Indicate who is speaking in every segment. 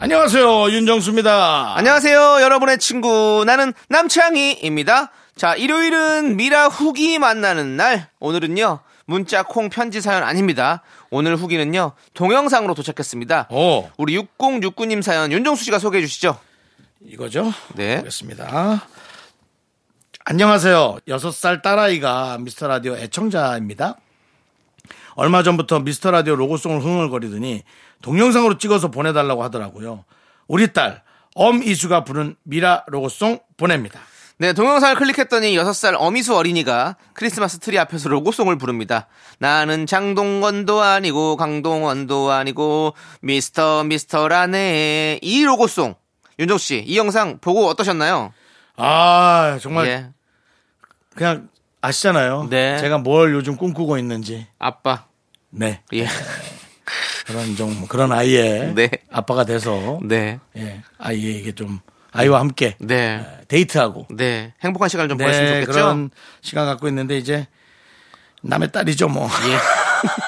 Speaker 1: 안녕하세요 윤정수입니다.
Speaker 2: 안녕하세요, 여러분의 친구. 나는 남창희입니다. 자, 일요일은 미라 후기 만나는 날. 오늘은요, 문자 콩 편지 사연 아닙니다. 오늘 후기는요, 동영상으로 도착했습니다.
Speaker 1: 오.
Speaker 2: 우리 6069님 사연 윤정수 씨가 소개해 주시죠.
Speaker 1: 이거죠?
Speaker 2: 네.
Speaker 1: 그렇습니다. 안녕하세요. 6살 딸아이가 미스터 라디오 애청자입니다. 얼마 전부터 미스터 라디오 로고송을 흥얼거리더니 동영상으로 찍어서 보내달라고 하더라고요. 우리 딸, 엄이수가 부른 미라 로고송 보냅니다.
Speaker 2: 네, 동영상을 클릭했더니 6살 어미수 어린이가 크리스마스 트리 앞에서 로고송을 부릅니다. 나는 장동건도 아니고 강동원도 아니고 미스터 미스터라네. 이 로고송. 윤정 씨, 이 영상 보고 어떠셨나요?
Speaker 1: 아, 정말
Speaker 2: 예.
Speaker 1: 그냥 아시잖아요.
Speaker 2: 네.
Speaker 1: 제가 뭘 요즘 꿈꾸고 있는지.
Speaker 2: 아빠.
Speaker 1: 네.
Speaker 2: 예.
Speaker 1: 그런 좀, 그런 아이의
Speaker 2: 네.
Speaker 1: 아빠가 돼서
Speaker 2: 네.
Speaker 1: 예, 아이에게 좀 아이와 함께
Speaker 2: 네.
Speaker 1: 예, 데이트하고
Speaker 2: 네. 행복한 시간을 좀 보냈으면 좋겠죠?
Speaker 1: 그런 시간 갖고 있는데 이제 남의 딸이죠 뭐.
Speaker 2: 예.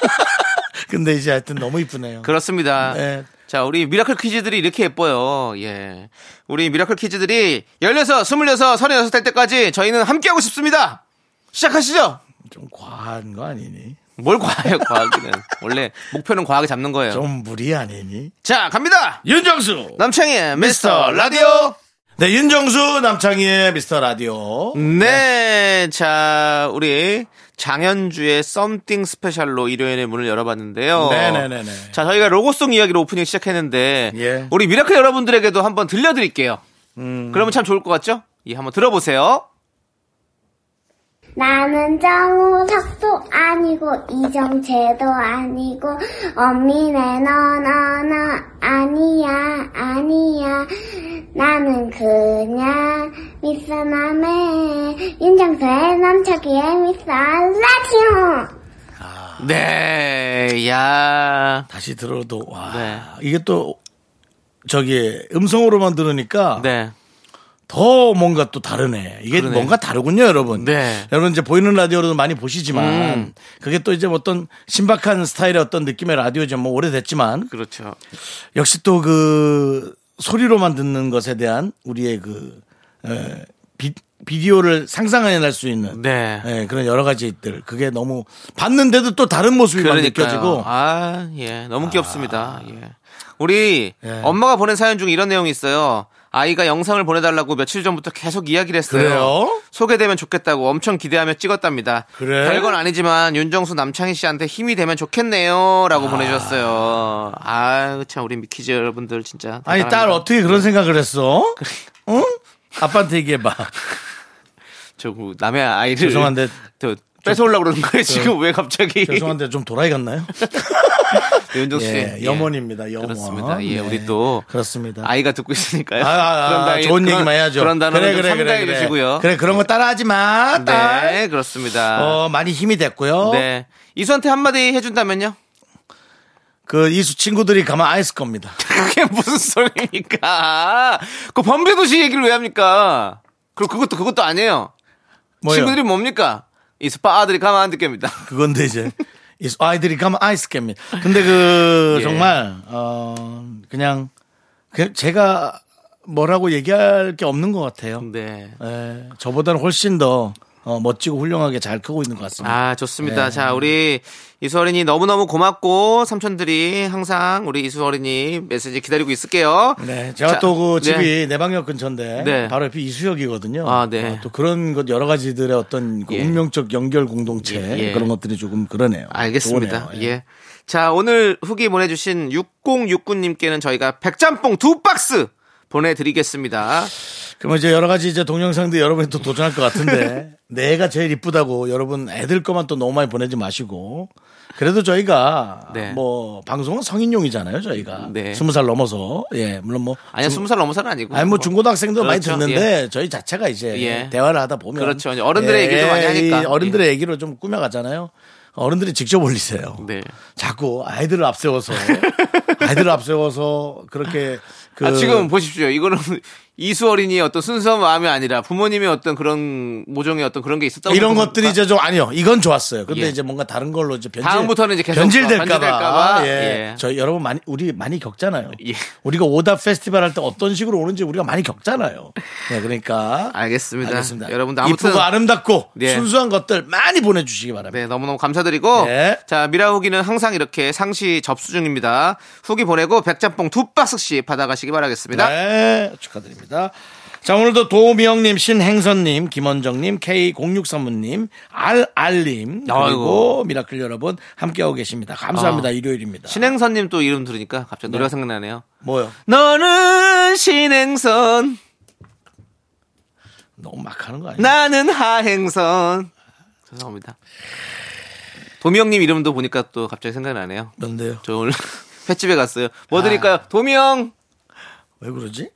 Speaker 1: 근데 이제 하여튼 너무 이쁘네요.
Speaker 2: 그렇습니다.
Speaker 1: 네.
Speaker 2: 자, 우리 미라클 퀴즈들이 이렇게 예뻐요. 예. 우리 미라클 퀴즈들이 16, 26, 36될 때까지 저희는 함께하고 싶습니다! 시작하시죠!
Speaker 1: 좀 과한 거 아니니?
Speaker 2: 뭘 과해요, 과학기는. 원래 목표는 과하게 잡는 거예요.
Speaker 1: 좀 무리 아니니?
Speaker 2: 자, 갑니다!
Speaker 1: 윤정수
Speaker 2: 남창희의 미스터 라디오!
Speaker 1: 네, 윤정수 남창희의 미스터 라디오.
Speaker 2: 음. 네, 자, 우리 장현주의 썸띵 스페셜로 일요일에 문을 열어봤는데요.
Speaker 1: 네네네네.
Speaker 2: 자, 저희가 로고송 이야기로 오프닝 시작했는데,
Speaker 1: 예. 음.
Speaker 2: 우리 미라클 여러분들에게도 한번 들려드릴게요. 그러면 참 좋을 것 같죠? 예, 한번 들어보세요.
Speaker 3: 나는 정우석도 아니고 이정재도 아니고 엄미네 너너너 아니야 아니야 나는 그냥 미스남의 윤정수의 남자기의 미스라디오
Speaker 2: 네, 야
Speaker 1: 다시 들어도 와.
Speaker 2: 네.
Speaker 1: 이게 또 저기 음성으로만 들으니까
Speaker 2: 네.
Speaker 1: 더 뭔가 또 다르네. 이게
Speaker 2: 그러네.
Speaker 1: 뭔가 다르군요, 여러분.
Speaker 2: 네. 음.
Speaker 1: 여러분 이제 보이는 라디오로도 많이 보시지만 그게 또 이제 뭐 어떤 신박한 스타일의 어떤 느낌의 라디오죠. 뭐 오래됐지만
Speaker 2: 그렇죠.
Speaker 1: 역시 또 그 소리로만 듣는 것에 대한 우리의 그 에, 비, 비디오를 상상해낼 수 있는
Speaker 2: 네.
Speaker 1: 예, 그런 여러 가지들 그게 너무 봤는데도 또 다른 모습이 막
Speaker 2: 그러니까요.
Speaker 1: 느껴지고
Speaker 2: 아, 예. 너무 귀엽습니다. 예. 우리
Speaker 1: 예.
Speaker 2: 엄마가 보낸 사연 중에 이런 내용이 있어요. 아이가 영상을 보내달라고 며칠 전부터 계속 이야기를 했어요.
Speaker 1: 그래요?
Speaker 2: 소개되면 좋겠다고 엄청 기대하며 찍었답니다.
Speaker 1: 그래?
Speaker 2: 별건 아니지만 윤정수 남창희 씨한테 힘이 되면 좋겠네요. 라고
Speaker 1: 아.
Speaker 2: 보내주셨어요. 아, 참, 우리 미키즈 여러분들 진짜.
Speaker 1: 아니 딸
Speaker 2: 대단합니다. 그러니까.
Speaker 1: 어떻게 그런 생각을 했어? 응? 아빠한테 얘기해봐.
Speaker 2: 저그 남의 아이를.
Speaker 1: 죄송한데
Speaker 2: 또 뺏어오려고 그러는 거예요. 지금 왜 갑자기.
Speaker 1: 죄송한데 좀 도라이 같나요?
Speaker 2: 윤정수 씨.
Speaker 1: 예, 염원입니다. 염원.
Speaker 2: 그렇습니다. 예,
Speaker 1: 네.
Speaker 2: 우리 또
Speaker 1: 그렇습니다.
Speaker 2: 아이가 듣고 있으니까요.
Speaker 1: 네. 아, 아, 아,
Speaker 2: 단어-
Speaker 1: 좋은
Speaker 2: 그런-
Speaker 1: 얘기만 해야죠.
Speaker 2: 그런 단어는 좀 삼가해 주시고요.
Speaker 1: 그래 그런 거 따라하지 마. 딸.
Speaker 2: 네, 그렇습니다.
Speaker 1: 어 많이 힘이 됐고요.
Speaker 2: 네. 이수한테 한마디 해준다면요?
Speaker 1: 그 이수 친구들이 가만 안 있을 겁니다.
Speaker 2: 그게 무슨 소리입니까? 그 범죄도시 얘기를 왜 합니까? 그리고 그것도 그것도 아니에요.
Speaker 1: 뭐요?
Speaker 2: 친구들이 뭡니까? 이스파 아들이 가만 안 듣겠습니다.
Speaker 1: 그건데 이제 이수 아이들이 가만 안 있을 겁니다. 근데 그
Speaker 2: 예.
Speaker 1: 정말 어 그냥 그 제가 뭐라고 얘기할 게 없는 것 같아요.
Speaker 2: 네.
Speaker 1: 예, 저보다는 훨씬 더 어, 멋지고 훌륭하게 잘 크고 있는 것 같습니다.
Speaker 2: 아, 좋습니다.
Speaker 1: 네.
Speaker 2: 자, 우리 이수 어린이 너무너무 고맙고, 삼촌들이 항상 우리 이수 어린이 메시지 기다리고 있을게요.
Speaker 1: 네, 제가
Speaker 2: 자,
Speaker 1: 또 그
Speaker 2: 네.
Speaker 1: 집이 내방역 근처인데
Speaker 2: 네.
Speaker 1: 바로 옆이 이수역이거든요.
Speaker 2: 아, 네.
Speaker 1: 어, 또 그런 것 여러 가지들의 어떤 그
Speaker 2: 예.
Speaker 1: 운명적 연결 공동체
Speaker 2: 예, 예.
Speaker 1: 그런 것들이 조금 그러네요.
Speaker 2: 알겠습니다.
Speaker 1: 좋으네요.
Speaker 2: 예. 자, 오늘 후기 보내주신 6069님께는 저희가 백짬뽕 두 박스 보내드리겠습니다.
Speaker 1: 그럼 이제 여러 가지 이제 동영상도 여러분이 또 도전할 것 같은데 내가 제일 이쁘다고 여러분 애들 것만 또 너무 많이 보내지 마시고 그래도 저희가
Speaker 2: 네.
Speaker 1: 뭐 방송은 성인용이잖아요 저희가
Speaker 2: 네.
Speaker 1: 스무 살 넘어서 예 물론 뭐
Speaker 2: 아니야,
Speaker 1: 중-
Speaker 2: 스무 살 넘어서는 아니고.
Speaker 1: 아니 뭐 중고등학생도 많이
Speaker 2: 그렇죠.
Speaker 1: 듣는데 저희 자체가 이제
Speaker 2: 예.
Speaker 1: 대화를 하다 보면 예,
Speaker 2: 그렇죠. 이제 어른들의 얘기도 많이
Speaker 1: 이
Speaker 2: 하니까. 예.
Speaker 1: 어른들의 얘기로 좀 꾸며가잖아요. 어른들이 직접 올리세요.
Speaker 2: 네.
Speaker 1: 자꾸 아이들을 앞세워서 아이들을 앞세워서 그렇게 그
Speaker 2: 아, 지금 보십시오. 이거는 이수 어린이의 어떤 순수한 마음이 아니라 부모님의 어떤 그런 모종의 어떤 그런 게 있었다고.
Speaker 1: 이런
Speaker 2: 생각합니까?
Speaker 1: 것들이 이제 좀 아니요 이건 좋았어요. 근데
Speaker 2: 예.
Speaker 1: 이제 뭔가 다른 걸로 이제 변질
Speaker 2: 다음부터는 이제 계속
Speaker 1: 변질될까봐 예.
Speaker 2: 변질될까봐. 예.
Speaker 1: 저희 여러분 많이 우리 많이 겪잖아요.
Speaker 2: 예.
Speaker 1: 우리가 오답 페스티벌 할 때 어떤 식으로 오는지 우리가 많이 겪잖아요. 네
Speaker 2: 아,
Speaker 1: 그러니까
Speaker 2: 알겠습니다.
Speaker 1: 알겠습니다.
Speaker 2: 여러분도 아무튼-
Speaker 1: 이쁘고 아름답고
Speaker 2: 예.
Speaker 1: 순수한 것들 많이 보내주시기 바랍니다.
Speaker 2: 네, 너무너무 감사드리고.
Speaker 1: 네.
Speaker 2: 자, 미라후기는 항상 이렇게 상시 접수 중입니다. 후기 보내고 백짬뽕 두 박스씩 받아가시기 바라겠습니다.
Speaker 1: 네, 축하드립니다. 자, 오늘도 도미영님, 신행선님, 김원정님, K0635님, 알알님, 그리고
Speaker 2: 아이고.
Speaker 1: 미라클 여러분 함께하고 계십니다. 감사합니다.
Speaker 2: 아.
Speaker 1: 일요일입니다.
Speaker 2: 신행선님 또 이름 들으니까 갑자기 노래가 생각나네요.
Speaker 1: 뭐요?
Speaker 2: 너는 신행선,
Speaker 1: 너무 막 하는 거 아니에요?
Speaker 2: 나는 하행선. 죄송합니다. 도미 형님 이름도 보니까 또 갑자기 생각나네요.
Speaker 1: 뭔데요?
Speaker 2: 저 오늘 횟집에 갔어요.
Speaker 1: 아.
Speaker 2: 뭐 드릴까요? 도미 형!
Speaker 1: 왜 그러지?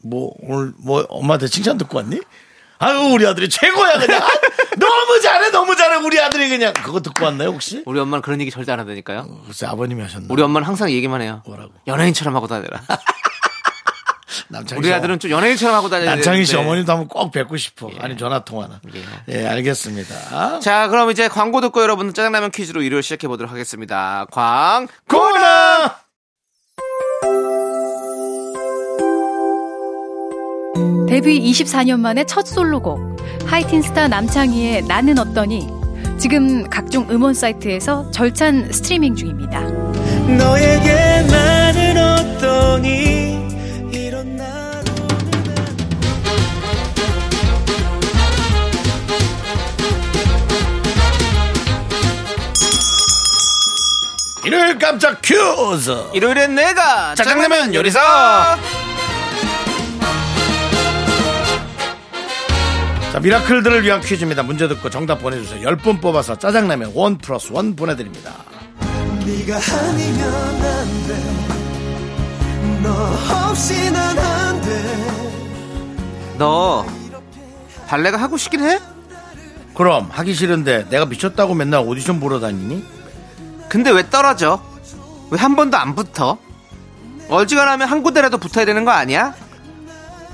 Speaker 1: 뭐 오늘 뭐 엄마한테 칭찬 듣고 왔니? 아유 우리 아들이 최고야 그냥 아, 너무 잘해 너무 잘해 우리 아들이 그냥 그거 듣고 왔나요 혹시?
Speaker 2: 우리 엄마는 그런 얘기 절대 안 하다니까요.
Speaker 1: 글쎄 아버님이 하셨나?
Speaker 2: 우리 엄마는 항상 얘기만 해요.
Speaker 1: 뭐라고?
Speaker 2: 연예인처럼 하고 다녀라.
Speaker 1: 남창희
Speaker 2: 우리
Speaker 1: 씨
Speaker 2: 아들은 네. 좀 연예인처럼 하고 다녀야
Speaker 1: 난창희 씨
Speaker 2: 되는데.
Speaker 1: 어머님도 한번 꼭 뵙고 싶어. 아니 전화 통화는. 예, 알겠습니다.
Speaker 2: 자, 그럼 이제 광고 듣고 여러분 짜장라면 퀴즈로 일요일 시작해 보도록 하겠습니다. 광.
Speaker 1: 고나
Speaker 4: 데뷔 24년 만에 첫 솔로곡 하이틴스타 남창희의 나는 어떠니 지금 각종 음원 사이트에서 절찬 스트리밍 중입니다.
Speaker 5: 너에게 나는 어떠니 이런 나
Speaker 1: 일요일 깜짝 큐즈.
Speaker 2: 일요일엔 내가
Speaker 1: 짜장라면
Speaker 2: 요리사.
Speaker 1: 자, 미라클들을 위한 퀴즈입니다. 문제 듣고 정답 보내주세요. 10분 뽑아서 짜장라면 원 플러스 원 보내드립니다.
Speaker 5: 네가 아니면 안돼너 없이 난 안돼
Speaker 2: 너 발레가 하고 싶긴 해?
Speaker 1: 그럼 하기 싫은데 내가 미쳤다고 맨날 오디션 보러 다니니?
Speaker 2: 근데 왜 떨어져? 왜 한 번도 안 붙어? 얼지간하면 한 군데라도 붙어야 되는 거 아니야?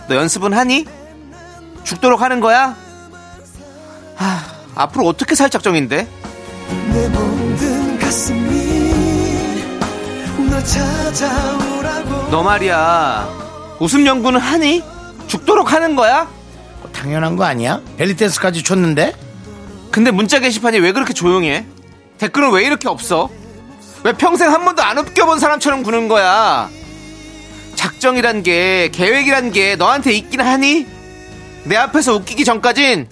Speaker 2: 너 연습은 하니? 죽도록 하는 거야? 하, 앞으로 어떻게 살 작정인데?
Speaker 5: 내 몸든 가슴이 너 찾아오라고
Speaker 2: 너 말이야 웃음 연구는 하니? 죽도록 하는 거야?
Speaker 1: 어, 당연한 거 아니야? 벨리댄스까지 췄는데?
Speaker 2: 근데 문자 게시판이 왜 그렇게 조용해? 댓글은 왜 이렇게 없어? 왜 평생 한 번도 안 웃겨본 사람처럼 구는 거야? 작정이란 게 계획이란 게 너한테 있긴 하니? 내 앞에서 웃기기 전까진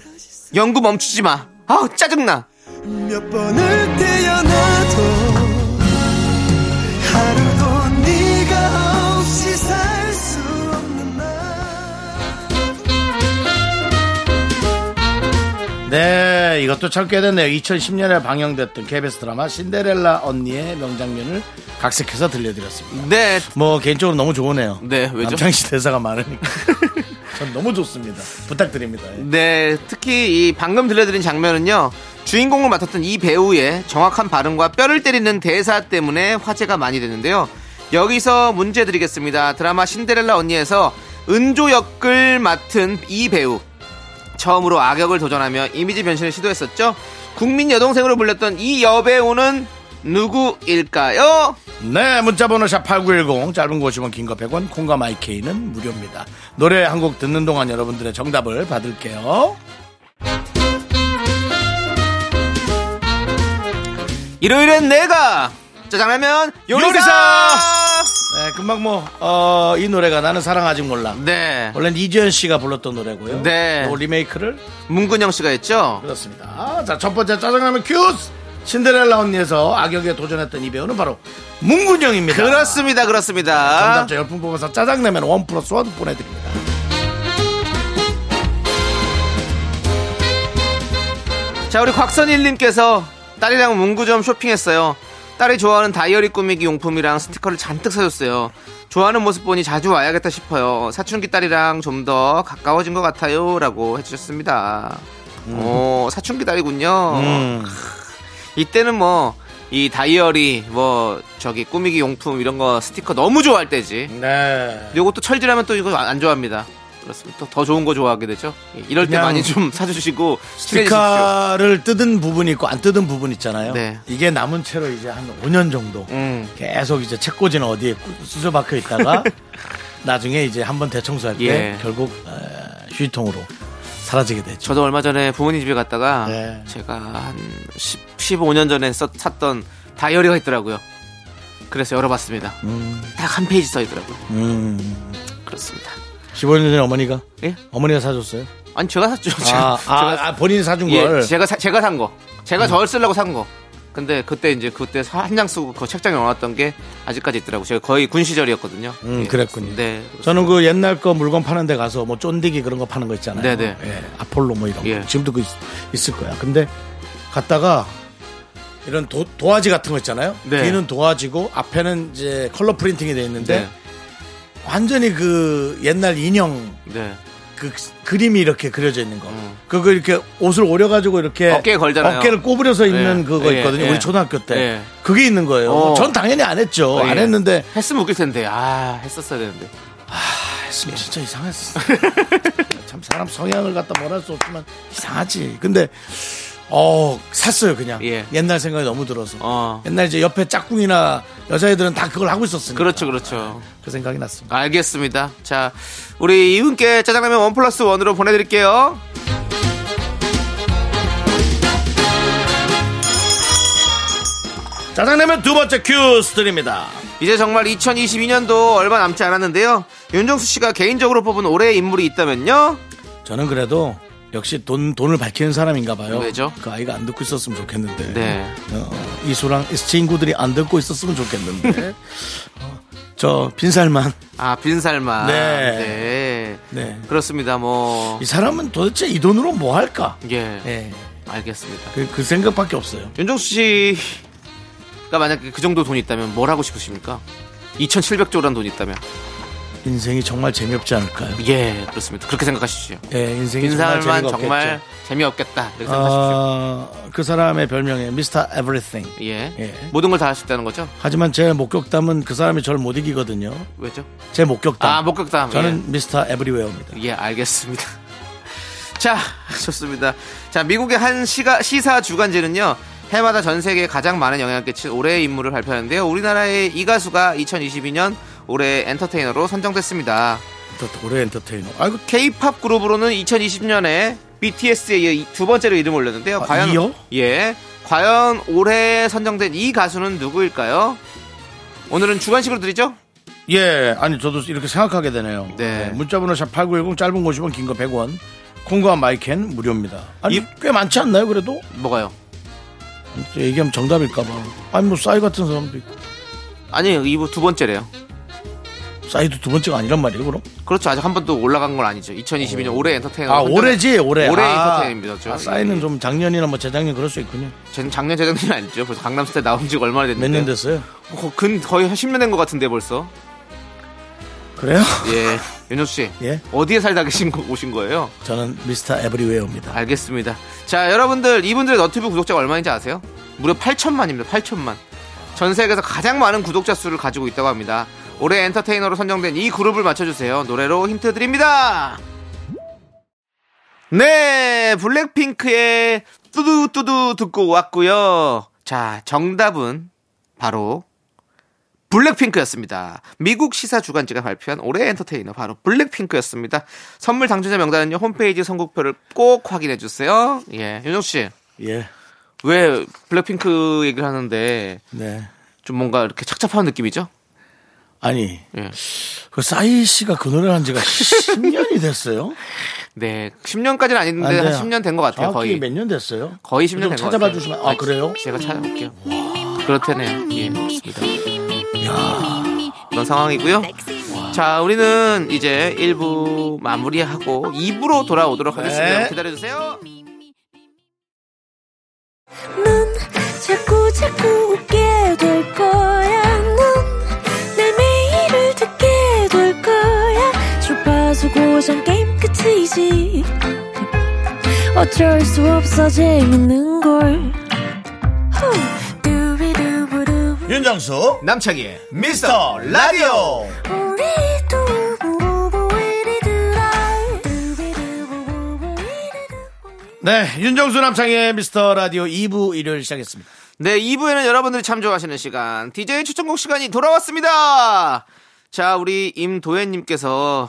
Speaker 2: 연구 멈추지 마. 아우 짜증나.
Speaker 5: 몇 번을 떼어놔도 하루도 네가 없이 살 수 없는 날
Speaker 1: 네, 이것도 참 깨닫네요. 2010년에 방영됐던 KBS 드라마 신데렐라 언니의 명장면을 각색해서 들려드렸습니다.
Speaker 2: 네,
Speaker 1: 뭐 개인적으로 너무 좋으네요.
Speaker 2: 네, 왜죠?
Speaker 1: 남창희 씨 대사가 많으니까. 전 너무 좋습니다. 부탁드립니다. 예.
Speaker 2: 네, 특히 이 방금 들려드린 장면은요. 주인공을 맡았던 이 배우의 정확한 발음과 뼈를 때리는 대사 때문에 화제가 많이 되는데요. 여기서 문제 드리겠습니다. 드라마 신데렐라 언니에서 은조 역을 맡은 이 배우. 처음으로 악역을 도전하며 이미지 변신을 시도했었죠. 국민 여동생으로 불렸던 이 여배우는 누구일까요?
Speaker 1: 네, 문자번호 샵8910 짧은 거 50원 긴 거 100원 콩과 마이케이는 무료입니다. 노래 한 곡 듣는 동안 여러분들의 정답을 받을게요.
Speaker 2: 일요일엔 내가 짜장라면 요리사!
Speaker 1: 요리사! 네, 금방 뭐, 어, 이 노래가 나는 사랑 아직 몰라.
Speaker 2: 네.
Speaker 1: 원래는 이지현 씨가 불렀던 노래고요.
Speaker 2: 네.
Speaker 1: 또 리메이크를
Speaker 2: 문근영 씨가 했죠?
Speaker 1: 그렇습니다. 자, 첫 번째 짜장라면 큐스! 신데렐라 언니에서 악역에 도전했던 이 배우는 바로 문근영입니다.
Speaker 2: 그렇습니다, 그렇습니다.
Speaker 1: 정답자 열풍 뽑아서 짜장라면 원 플러스 원 보내드립니다.
Speaker 2: 자 우리 곽선일님께서 딸이랑 문구점 쇼핑했어요. 딸이 좋아하는 다이어리 꾸미기 용품이랑 스티커를 잔뜩 사줬어요. 좋아하는 모습 보니 자주 와야겠다 싶어요. 사춘기 딸이랑 좀 더 가까워진 것 같아요라고 해주셨습니다. 음. 오 사춘기 딸이군요. 이때는 뭐 이 다이어리 뭐 저기 꾸미기 용품 이런 거 스티커 너무 좋아할 때지.
Speaker 1: 네.
Speaker 2: 요것도 철질하면 또 이거 안 좋아합니다. 그렇습니다. 또 더 좋은 거 좋아하게 되죠. 예, 이럴 때
Speaker 1: 그냥
Speaker 2: 많이 좀 사주시고 스티커
Speaker 1: 스티커를 뜯은 부분이 있고 안 뜯은 부분 있잖아요.
Speaker 2: 네.
Speaker 1: 이게 남은 채로 이제 한 5년 정도
Speaker 2: 음.
Speaker 1: 계속 이제 책꽂이는 어디에 꾸- 수저박혀 있다가 나중에 이제 한번 대청소할 때
Speaker 2: 예.
Speaker 1: 결국 에, 휴지통으로 사라지게 되죠.
Speaker 2: 저도 얼마 전에 부모님 집에 갔다가
Speaker 1: 네.
Speaker 2: 제가 한 10, 15년 전에 썼, 샀던 다이어리가 있더라고요. 그래서 열어봤습니다. 딱 한 페이지 써있더라고요.
Speaker 1: 음.
Speaker 2: 그렇습니다.
Speaker 1: 15년 전에 어머니가
Speaker 2: 예?
Speaker 1: 어머니가 사줬어요.
Speaker 2: 아니 제가 샀죠.
Speaker 1: 아,
Speaker 2: 제가,
Speaker 1: 아,
Speaker 2: 제가,
Speaker 1: 아, 본인이 사준
Speaker 2: 예,
Speaker 1: 걸. 음.
Speaker 2: 제가 사- 제가 산 거. 제가 저를 쓰려고 산 거. 근데 그때 이제 그때 한 장 쓰고 그 책장에 넣어놨던 게 아직까지 있더라고요. 제가 거의 군 시절이었거든요.
Speaker 1: 음, 그랬군요.
Speaker 2: 네.
Speaker 1: 저는 그 옛날 거 물건 파는 데 가서 뭐 쫀디기 그런 거 파는 거 있잖아요.
Speaker 2: 네네.
Speaker 1: 예, 아폴로 뭐 이런 거.
Speaker 2: 예.
Speaker 1: 지금도 그 있, 을 거야. 근데 갔다가 이런 도, 화지 같은 거 있잖아요.
Speaker 2: 네.
Speaker 1: 뒤는 도화지고 앞에는 이제 컬러 프린팅이 돼 있는데
Speaker 2: 네.
Speaker 1: 완전히 그 옛날 인형
Speaker 2: 네.
Speaker 1: 그 그림이 이렇게 그려져 있는 거. 그거 이렇게 옷을 오려가지고 이렇게
Speaker 2: 음. 어깨에 걸잖아요.
Speaker 1: 어깨를 꼬부려서 입는
Speaker 2: 예,
Speaker 1: 그거
Speaker 2: 예,
Speaker 1: 있거든요.
Speaker 2: 예.
Speaker 1: 우리 초등학교 때.
Speaker 2: 예.
Speaker 1: 그게 있는 거예요.
Speaker 2: 어.
Speaker 1: 전 당연히 안 했죠.
Speaker 2: 어, 예.
Speaker 1: 안 했는데
Speaker 2: 했으면 웃길 텐데. 아, 했었어야 되는데.
Speaker 1: 했으면 진짜 이상했어. 참 사람 성향을 갖다 뭐랄 수 없지만 이상하지. 근데 어 샀어요 그냥.
Speaker 2: 예.
Speaker 1: 옛날 생각이 너무 들어서.
Speaker 2: 어.
Speaker 1: 옛날 이제 옆에 짝꿍이나 여자애들은 다 그걸 하고 있었으니까.
Speaker 2: 그렇죠, 그렇죠.
Speaker 1: 그 생각이 났습니다.
Speaker 2: 알겠습니다. 자, 우리 이분께 짜장라면 원 플러스 원으로 보내드릴게요.
Speaker 1: 짜장라면 두 번째 큐스 드립니다.
Speaker 2: 이제 정말 2022년도 얼마 남지 않았는데요. 윤정수 씨가 개인적으로 뽑은 올해의 인물이 있다면요?
Speaker 1: 저는 그래도 역시 돈 돈을 밝히는 사람인가 봐요.
Speaker 2: 왜죠?
Speaker 1: 그 아이가 안 듣고 있었으면 좋겠는데.
Speaker 2: 네.
Speaker 1: 어, 이수랑 이 친구들이 안 듣고 있었으면 좋겠는데. 어, 저 빈살만.
Speaker 2: 아, 빈살만.
Speaker 1: 네.
Speaker 2: 네.
Speaker 1: 네.
Speaker 2: 그렇습니다. 뭐.
Speaker 1: 이 사람은 도대체 이 돈으로 뭐 할까?
Speaker 2: 예.
Speaker 1: 예.
Speaker 2: 알겠습니다.
Speaker 1: 그, 그 생각밖에 없어요.
Speaker 2: 윤정수 씨가 만약에 그 정도 돈이 있다면 뭘 하고 싶으십니까? 2,700조라는 돈이 있다면.
Speaker 1: 인생이 정말 재미없지 않을까요?
Speaker 2: 예, 그렇습니다. 그렇게 생각하십시오.
Speaker 1: 예, 인생이
Speaker 2: 빈살만
Speaker 1: 정말 재미가 없겠죠.
Speaker 2: 정말
Speaker 1: 아,
Speaker 2: 재미없겠다. 이렇게 생각하십시오.
Speaker 1: 어, 그 사람의 별명이 미스터 에브리띵.
Speaker 2: 예.
Speaker 1: 예.
Speaker 2: 모든 걸 다 할 수 있다는 거죠?
Speaker 1: 하지만 제 목격담은 그 사람이 저를 못 이기거든요.
Speaker 2: 왜죠?
Speaker 1: 제 목격담.
Speaker 2: 아, 목격담.
Speaker 1: 저는 미스터 에브리웨어입니다.
Speaker 2: 예, 예, 알겠습니다. 자, 좋습니다. 자, 미국의 한 시가, 시사 주간지는요, 해마다 전 세계에 가장 많은 영향을 끼친 올해의 인물을 발표하는데요. 우리나라의 이 가수가 2022년 올해의 엔터테이너로 선정됐습니다.
Speaker 1: 더 올해 엔터테이너. 아이고
Speaker 2: K-팝 그룹으로는 2020년에 BTS에 이어 두 번째로 이름을 올렸는데요.
Speaker 1: 아,
Speaker 2: 과연
Speaker 1: 이요?
Speaker 2: 예, 과연 올해 선정된 이 가수는 누구일까요? 오늘은 주관식으로 드리죠.
Speaker 1: 예, 아니 저도 이렇게 생각하게 되네요. 예,
Speaker 2: 네.
Speaker 1: 문자번호 샵 #8910 짧은 50원, 긴 거 100원. 콩과 마이켄 무료입니다. 아니
Speaker 2: 예.
Speaker 1: 꽤 많지 않나요? 그래도
Speaker 2: 뭐가요?
Speaker 1: 또 얘기하면 정답일까봐. 아니 뭐 싸이 같은 사람도 있고
Speaker 2: 아니 이부 두 번째래요.
Speaker 1: 싸이도 두 번째가 아니란 말이에요, 그럼?
Speaker 2: 그렇죠. 아직 한 번도 올라간 건 아니죠. 2022년 올해 엔터테이너.
Speaker 1: 아
Speaker 2: 선정은-
Speaker 1: 올해지 올해.
Speaker 2: 올해
Speaker 1: 아,
Speaker 2: 엔터테인입니다, 예. 저.
Speaker 1: 아, 싸이는 좀 작년이나 뭐 재작년 그럴 수 있군요.
Speaker 2: 쟤는 작년 재작년이 아니죠. 벌써 강남스타일 나온 지가 얼마나 됐는데?
Speaker 1: 몇 년 됐어요?
Speaker 2: 어, 근 거의 한 10년 된 것 같은데 벌써.
Speaker 1: 그래요?
Speaker 2: 예, 윤정수 씨.
Speaker 1: 예.
Speaker 2: 어디에 살다 계신 거, 오신 거예요?
Speaker 1: 저는 미스터
Speaker 2: 아.
Speaker 1: 에브리웨어입니다.
Speaker 2: 알겠습니다. 자, 여러분들 이분들의 너튜브 구독자가 얼마인지 아세요? 무려 8천만입니다. 8천만. 전 세계에서 가장 많은 구독자 수를 가지고 있다고 합니다. 올해 엔터테이너로 선정된 이 그룹을 맞춰주세요. 노래로 힌트 드립니다. 네, 블랙핑크의 뚜두뚜두 듣고 왔고요. 자, 정답은 바로 블랙핑크였습니다. 미국 시사 주간지가 발표한 올해 엔터테이너 바로 블랙핑크였습니다. 선물 당첨자 명단은요 홈페이지 선곡표를 꼭 확인해 주세요. 예, 윤정 씨.
Speaker 1: 예.
Speaker 2: 왜 블랙핑크 얘기를 하는데
Speaker 1: 네.
Speaker 2: 좀 뭔가 이렇게 착잡한 느낌이죠?
Speaker 1: 아니
Speaker 2: 예.
Speaker 1: 그 싸이 씨가 그 노래를 한 지가 10년이 됐어요.
Speaker 2: 네, 10년까지는 아닌데 한 10년 된 것 같아요. 거의
Speaker 1: 몇 년 됐어요?
Speaker 2: 거의 10년
Speaker 1: 좀
Speaker 2: 된것
Speaker 1: 찾아봐
Speaker 2: 같아요.
Speaker 1: 주시면 아 그래요?
Speaker 2: 제가 찾아볼게요. 그렇다네요. 예, 맞습니다. 그런 상황이고요. 자, 우리는 이제 1부 마무리하고 2부로 돌아오도록 하겠습니다.
Speaker 1: 네.
Speaker 2: 기다려주세요.
Speaker 6: 넌 자꾸 자꾸 웃게 될 거야. 넌내 매일을 듣게 될 거야. 주파수 고정 게임 끝이지. 어쩔 수 없어 재밌는 걸. 후. 두비두부두.
Speaker 1: 윤정수
Speaker 2: 남창희의
Speaker 1: 미스터 라디오
Speaker 6: 우리 두부부부 이리들아. 두비두부부부 이리두부.
Speaker 1: 네 윤정수 남창의 미스터 라디오 2부 일요일 시작했습니다.
Speaker 2: 네, 2부에는 여러분들이 참 좋아하시는 시간, DJ 추천곡 시간이 돌아왔습니다! 자, 우리 임도현님께서,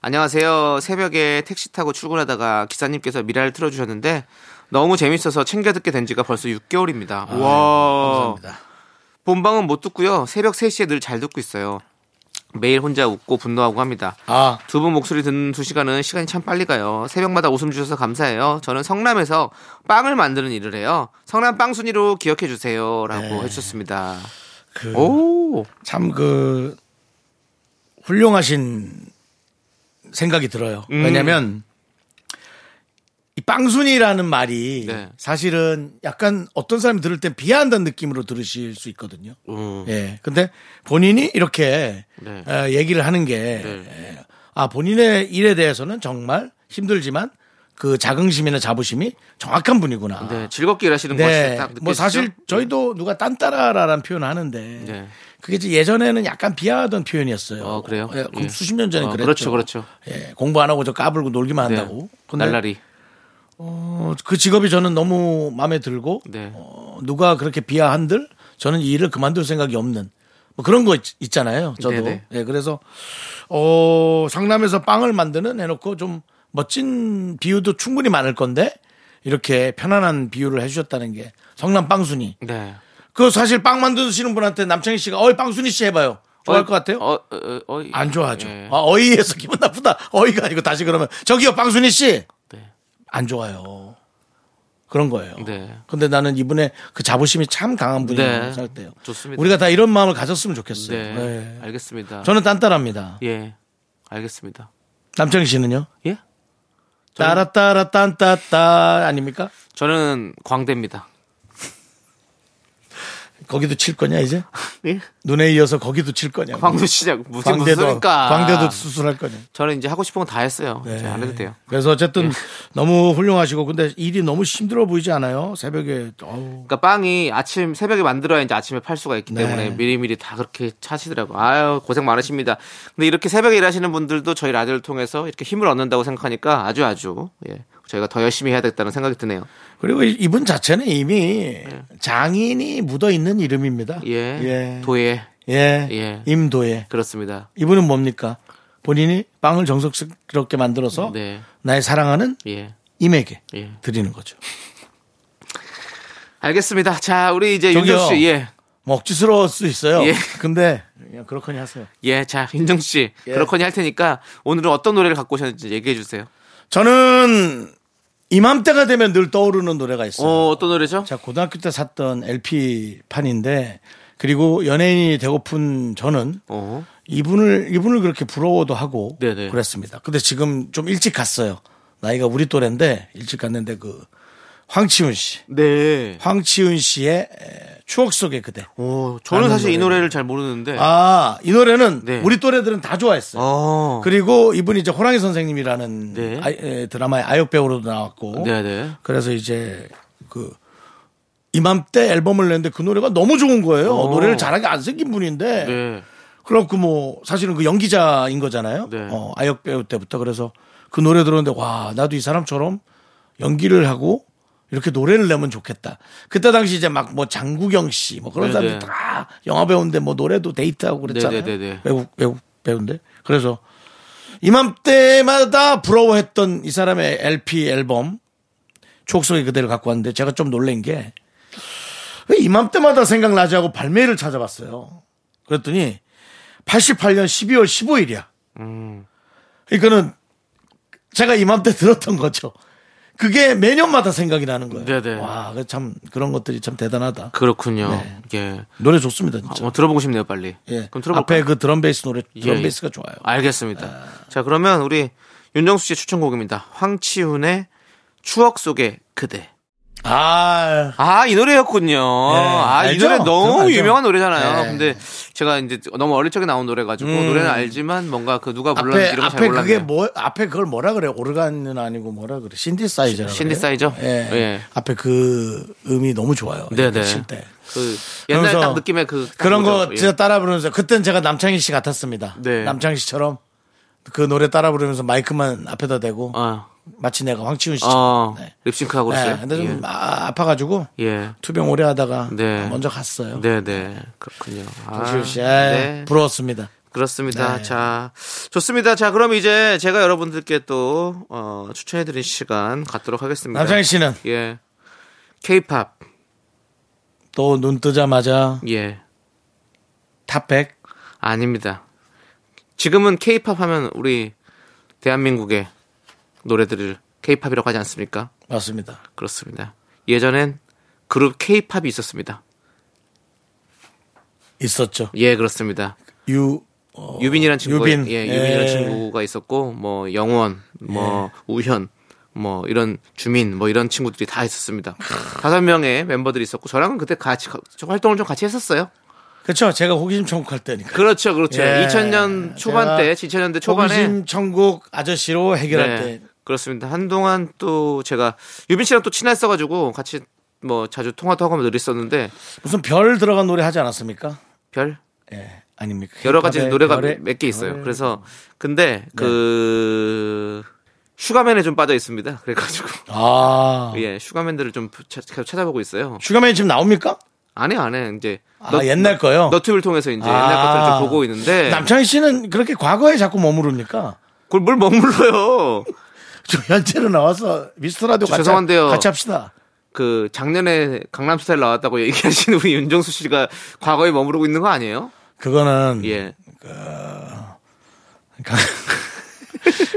Speaker 2: 안녕하세요. 새벽에 택시 타고 출근하다가 기사님께서 미라를 틀어주셨는데, 너무 재밌어서 챙겨 듣게 된 지가 벌써
Speaker 1: 아,
Speaker 2: 6개월입니다.
Speaker 1: 네,
Speaker 2: 와. 본방은 못 듣고요. 새벽 3시에 늘 잘 듣고 있어요. 매일 혼자 웃고 분노하고 합니다.
Speaker 1: 아
Speaker 2: 두 분 목소리 듣는 두 시간은 시간이 참 빨리 가요. 새벽마다 웃음 주셔서 감사해요. 저는 성남에서 빵을 만드는 일을 해요. 성남 빵순이로 기억해 주세요라고
Speaker 1: 네.
Speaker 2: 해주셨습니다.
Speaker 1: 그
Speaker 2: 오,
Speaker 1: 참 그 훌륭하신 생각이 들어요.
Speaker 2: 음.
Speaker 1: 왜냐면 이 빵순이라는 말이
Speaker 2: 네.
Speaker 1: 사실은 약간 어떤 사람이 들을 땐 비하한다는 느낌으로 들으실 수 있거든요. 예. 근데 본인이 이렇게
Speaker 2: 음. 네.
Speaker 1: 어, 얘기를 하는 게 예, 아, 본인의 일에 대해서는 정말 힘들지만 그 자긍심이나 자부심이 정확한 분이구나.
Speaker 2: 네 즐겁게 일하시는 것이
Speaker 1: 네.
Speaker 2: 딱 느껴지죠.
Speaker 1: 뭐 사실 저희도 누가 딴따라라는 표현을 하는데
Speaker 2: 네.
Speaker 1: 그게 이제 예전에는 약간 비하하던 표현이었어요.
Speaker 2: 어, 그래요?
Speaker 1: 예, 그럼
Speaker 2: 예.
Speaker 1: 수십 년 전에
Speaker 2: 어,
Speaker 1: 그랬죠.
Speaker 2: 그렇죠, 그렇죠.
Speaker 1: 예, 공부 안 하고 저 까불고 놀기만
Speaker 2: 네.
Speaker 1: 한다고. 근데
Speaker 2: 날라리.
Speaker 1: 어, 그 직업이 저는 너무 마음에 들고
Speaker 2: 네.
Speaker 1: 어, 누가 그렇게 비하한들 저는 이 일을 그만둘 생각이 없는 뭐 그런 거 있, 잖아요 저도.
Speaker 2: 네네.
Speaker 1: 예, 그래서 어, 상남에서 빵을 만드는 해놓고 좀 멋진 비유도 충분히 많을 건데 이렇게 편안한 비유를 해주셨다는 게 성남 빵순이.
Speaker 2: 네.
Speaker 1: 그 사실 빵 만드시는 분한테 남창희 씨가 어이 빵순이 씨 해봐요. 좋아할 것 같아요?
Speaker 2: 어, 어, 어, 어이.
Speaker 1: 안 좋아하죠.
Speaker 2: 예.
Speaker 1: 아, 어이에서 기분 나쁘다. 어이가 아니고 다시 그러면 저기요 빵순이 씨.
Speaker 2: 네.
Speaker 1: 안 좋아요. 그런 거예요.
Speaker 2: 네.
Speaker 1: 근데 나는 이분의 그 자부심이 참 강한 분이라고
Speaker 2: 네.
Speaker 1: 생각돼요.
Speaker 2: 좋습니다.
Speaker 1: 우리가 다 이런 마음을 가졌으면 좋겠어요.
Speaker 2: 네.
Speaker 1: 네.
Speaker 2: 알겠습니다.
Speaker 1: 저는 딴따라입니다.
Speaker 2: 예. 알겠습니다.
Speaker 1: 남창희 씨는요?
Speaker 2: 예?
Speaker 1: 따라따라 딴따따 아닙니까?
Speaker 2: 저는 광대입니다.
Speaker 1: 거기도 칠 거냐 이제?
Speaker 2: 예?
Speaker 1: 눈에 이어서 거기도 칠 거냐?
Speaker 2: 광수 씨장 무슨 무슨
Speaker 1: 광대도
Speaker 2: 소리니까.
Speaker 1: 광대도 수술할 네. 거냐?
Speaker 2: 저는 이제 하고 싶은 건 다 했어요. 이제 안 해도 돼요.
Speaker 1: 그래서
Speaker 2: 예.
Speaker 1: 어쨌든 너무 훌륭하시고 근데 일이 너무 힘들어 보이지 않아요? 새벽에 어우.
Speaker 2: 그러니까 빵이 아침 새벽에 만들어야 이제 아침에 팔 수가 있기
Speaker 1: 네.
Speaker 2: 때문에 미리미리 다 그렇게 차시더라고. 아유 고생 많으십니다. 근데 이렇게 새벽에 일하시는 분들도 저희 라디오를 통해서 이렇게 힘을 얻는다고 생각하니까 아주 아주 예, 저희가 더 열심히 해야 되겠다는 생각이 드네요.
Speaker 1: 그리고 이- 이분 자체는 이미 장인이 묻어 있는 이름입니다.
Speaker 2: 네. 예,
Speaker 1: 예.
Speaker 2: 도예
Speaker 1: 예.
Speaker 2: 예.
Speaker 1: 임도예.
Speaker 2: 그렇습니다.
Speaker 1: 이분은 뭡니까? 본인이 빵을 정석스럽게 만들어서
Speaker 2: 네.
Speaker 1: 나의 사랑하는
Speaker 2: 예.
Speaker 1: 임에게
Speaker 2: 예.
Speaker 1: 드리는 거죠.
Speaker 2: 알겠습니다. 자, 우리 이제
Speaker 1: 저기요.
Speaker 2: 윤정 씨, 예,
Speaker 1: 뭐 억지스러울 수 있어요.
Speaker 2: 예.
Speaker 1: 근데 그냥 그렇거니 하세요.
Speaker 2: 예, 자, 윤정 씨,
Speaker 1: 예.
Speaker 2: 그렇거니 할 테니까 오늘은 어떤 노래를 갖고 오셨는지 얘기해 주세요.
Speaker 1: 저는 이맘때가 되면 늘 떠오르는 노래가 있어요.
Speaker 2: 어, 어떤 노래죠?
Speaker 1: 제가 고등학교 때 샀던 LP 판인데 그리고 연예인이 되고픈 저는
Speaker 2: 어,
Speaker 1: 이분을 이분을 그렇게 부러워도 하고
Speaker 2: 네네.
Speaker 1: 그랬습니다. 근데 지금 좀 일찍 갔어요. 나이가 우리 또래인데 일찍 갔는데 그 황치훈 씨,
Speaker 2: 네.
Speaker 1: 황치훈 씨의 에, 추억 속의 그대.
Speaker 2: 오, 저는
Speaker 1: 아는
Speaker 2: 사실 이
Speaker 1: 노래를.
Speaker 2: 노래를 잘 모르는데.
Speaker 1: 아, 이 노래는
Speaker 2: 네.
Speaker 1: 우리 또래들은 다 좋아했어요.
Speaker 2: 어.
Speaker 1: 그리고 이분이 이제 호랑이 선생님이라는
Speaker 2: 네.
Speaker 1: 아- 에, 드라마의 아역 배우로도 나왔고.
Speaker 2: 네네.
Speaker 1: 그래서 이제 그 이맘때 앨범을 냈는데 그 노래가 너무 좋은 거예요.
Speaker 2: 어.
Speaker 1: 노래를 잘하게 안 생긴 분인데.
Speaker 2: 네.
Speaker 1: 그렇고 뭐 사실은 그 연기자인 거잖아요.
Speaker 2: 네.
Speaker 1: 어, 아역 배우 때부터 그래서 그 노래 들었는데 와 나도 이 사람처럼 연기를 하고 이렇게 노래를 내면 좋겠다. 그때 당시 이제 막 뭐 장국영 씨 뭐 그런
Speaker 2: 네네.
Speaker 1: 사람들 다 영화 배우인데 뭐 노래도 데이트하고 그랬잖아요.
Speaker 2: 네네네네.
Speaker 1: 외국 외국 배우인데 그래서 이맘때마다 부러워했던 이 사람의 LP 앨범 추억 속의 그대를 갖고 왔는데 제가 좀 놀란 게 왜 이맘때마다 생각나지 하고 발매를 찾아봤어요. 그랬더니 88년 12월 15일이야. 그러니까는 제가 이맘때 들었던 거죠. 그게 매년마다 생각이 나는 거예요.
Speaker 2: 네네.
Speaker 1: 와, 그참 그런 것들이 참 대단하다.
Speaker 2: 그렇군요.
Speaker 1: 네.
Speaker 2: 예.
Speaker 1: 노래 좋습니다, 진짜.
Speaker 2: 한번 들어보고 싶네요, 빨리.
Speaker 1: 예.
Speaker 2: 아, 뭐, 그럼 들어볼까요?
Speaker 1: 앞에 그 드럼 베이스 노래 드럼
Speaker 2: 예, 예.
Speaker 1: 베이스가 좋아요.
Speaker 2: 알겠습니다. 자, 그러면 우리 윤정수 씨의 추천곡입니다. 황치훈의 추억 속의 그대.
Speaker 1: 아,
Speaker 2: 아, 이 노래였군요. 아, 이
Speaker 1: 네, 알죠?
Speaker 2: 노래
Speaker 1: 그건
Speaker 2: 너무
Speaker 1: 알죠.
Speaker 2: 유명한 노래잖아요.
Speaker 1: 네. 음.
Speaker 2: 근데 제가 이제 너무 어릴 적에 나온 노래가지고 노래는 알지만 뭔가 그 누가 불렀는지
Speaker 1: 아, 앞에
Speaker 2: 이런
Speaker 1: 앞에
Speaker 2: 거잘
Speaker 1: 그게
Speaker 2: 몰랐네요.
Speaker 1: 뭐 앞에 그걸 뭐라 그래? 오르간은 아니고 뭐라 그래? 신디사이저라고.
Speaker 2: 신디사이저?
Speaker 1: 그래요? 예.
Speaker 2: 예.
Speaker 1: 앞에 그 음이 너무 좋아요.
Speaker 2: 네네.
Speaker 1: 칠 때.
Speaker 2: 그 옛날
Speaker 1: 그러면서
Speaker 2: 딱 느낌의 그. 딱
Speaker 1: 그런
Speaker 2: 오죠.
Speaker 1: 거
Speaker 2: 예.
Speaker 1: 진짜 따라 부르면서 그땐 제가 남창희 씨 같았습니다.
Speaker 2: 네.
Speaker 1: 남창희 씨처럼 그 노래 따라 부르면서 마이크만 앞에다 대고
Speaker 2: 어,
Speaker 1: 마치 내가 황치훈 씨처럼.
Speaker 2: 어,
Speaker 1: 네.
Speaker 2: 립싱크하고
Speaker 1: 네,
Speaker 2: 있어요.
Speaker 1: 근데 좀 아, 파가지고
Speaker 2: 예. 예.
Speaker 1: 투병 오래 하다가
Speaker 2: 네.
Speaker 1: 먼저 갔어요.
Speaker 2: 네, 네. 그렇군요. 아,
Speaker 1: 황치훈 씨, 에이,
Speaker 2: 네.
Speaker 1: 부러웠습니다.
Speaker 2: 그렇습니다.
Speaker 1: 네.
Speaker 2: 자, 좋습니다. 자, 그럼 이제 제가 여러분들께 또, 어, 추천해드린 시간 갖도록 하겠습니다.
Speaker 1: 남창희 씨는
Speaker 2: 예. 케이팝.
Speaker 1: 또 눈 뜨자마자
Speaker 2: 예.
Speaker 1: 탑백
Speaker 2: 아닙니다. 지금은 케이팝 하면 우리 대한민국의 노래들을 케이팝이라고 하지 않습니까?
Speaker 1: 맞습니다.
Speaker 2: 그렇습니다. 예전엔 그룹 케이팝이 있었습니다.
Speaker 1: 있었죠.
Speaker 2: 예, 그렇습니다.
Speaker 1: 유
Speaker 2: 유빈이란 친구가
Speaker 1: 어, 유빈.
Speaker 2: 예, 유빈이란
Speaker 1: 예.
Speaker 2: 친구가 있었고 뭐 영원, 뭐 우현, 뭐 이런 주민, 뭐 이런 친구들이 다 있었습니다. 다섯 명의 멤버들이 있었고 저랑은 그때 같이 가- 저 활동을 좀 같이 했었어요.
Speaker 1: 그렇죠. 제가 호기심 천국할 때니까.
Speaker 2: 그렇죠, 그렇죠.
Speaker 1: 예.
Speaker 2: 2000년 초반 때, 2000년대 초반에
Speaker 1: 호기심 천국 아저씨로 해결할
Speaker 2: 네,
Speaker 1: 때
Speaker 2: 그렇습니다. 한동안 또 제가 유빈 씨랑 또 친했어가지고 같이 뭐 자주 통화도 하고 늘 있었는데
Speaker 1: 무슨 별 들어간 노래 하지 않았습니까?
Speaker 2: 별
Speaker 1: 예, 아닙니까?
Speaker 2: 여러 가지
Speaker 1: 힙합의
Speaker 2: 노래가
Speaker 1: 별의-
Speaker 2: 몇 개 있어요.
Speaker 1: 별의-
Speaker 2: 그래서 근데 그
Speaker 1: 네.
Speaker 2: 슈가맨에 좀 빠져 있습니다. 그래가지고
Speaker 1: 아
Speaker 2: 예 슈가맨들을 좀 차- 계속 찾아보고 있어요.
Speaker 1: 슈가맨이 지금 나옵니까?
Speaker 2: 안해 안해 이제
Speaker 1: 아 옛날 거요.
Speaker 2: 너튜브를 통해서 이제 옛날
Speaker 1: 아.
Speaker 2: 것들을 좀 보고 있는데
Speaker 1: 남창희 씨는 그렇게 과거에 자꾸 머무릅니까?
Speaker 2: 그걸 뭘 머물러요.
Speaker 1: 저 현재로 나와서 미스터 라디오
Speaker 2: 저
Speaker 1: 같이
Speaker 2: 죄송한데요.
Speaker 1: 같이 합시다.
Speaker 2: 그 작년에 강남스타일 나왔다고 얘기하신 우리 윤정수 씨가 과거에 머무르고 있는 거 아니에요?
Speaker 1: 그거는
Speaker 2: 예.
Speaker 1: 강-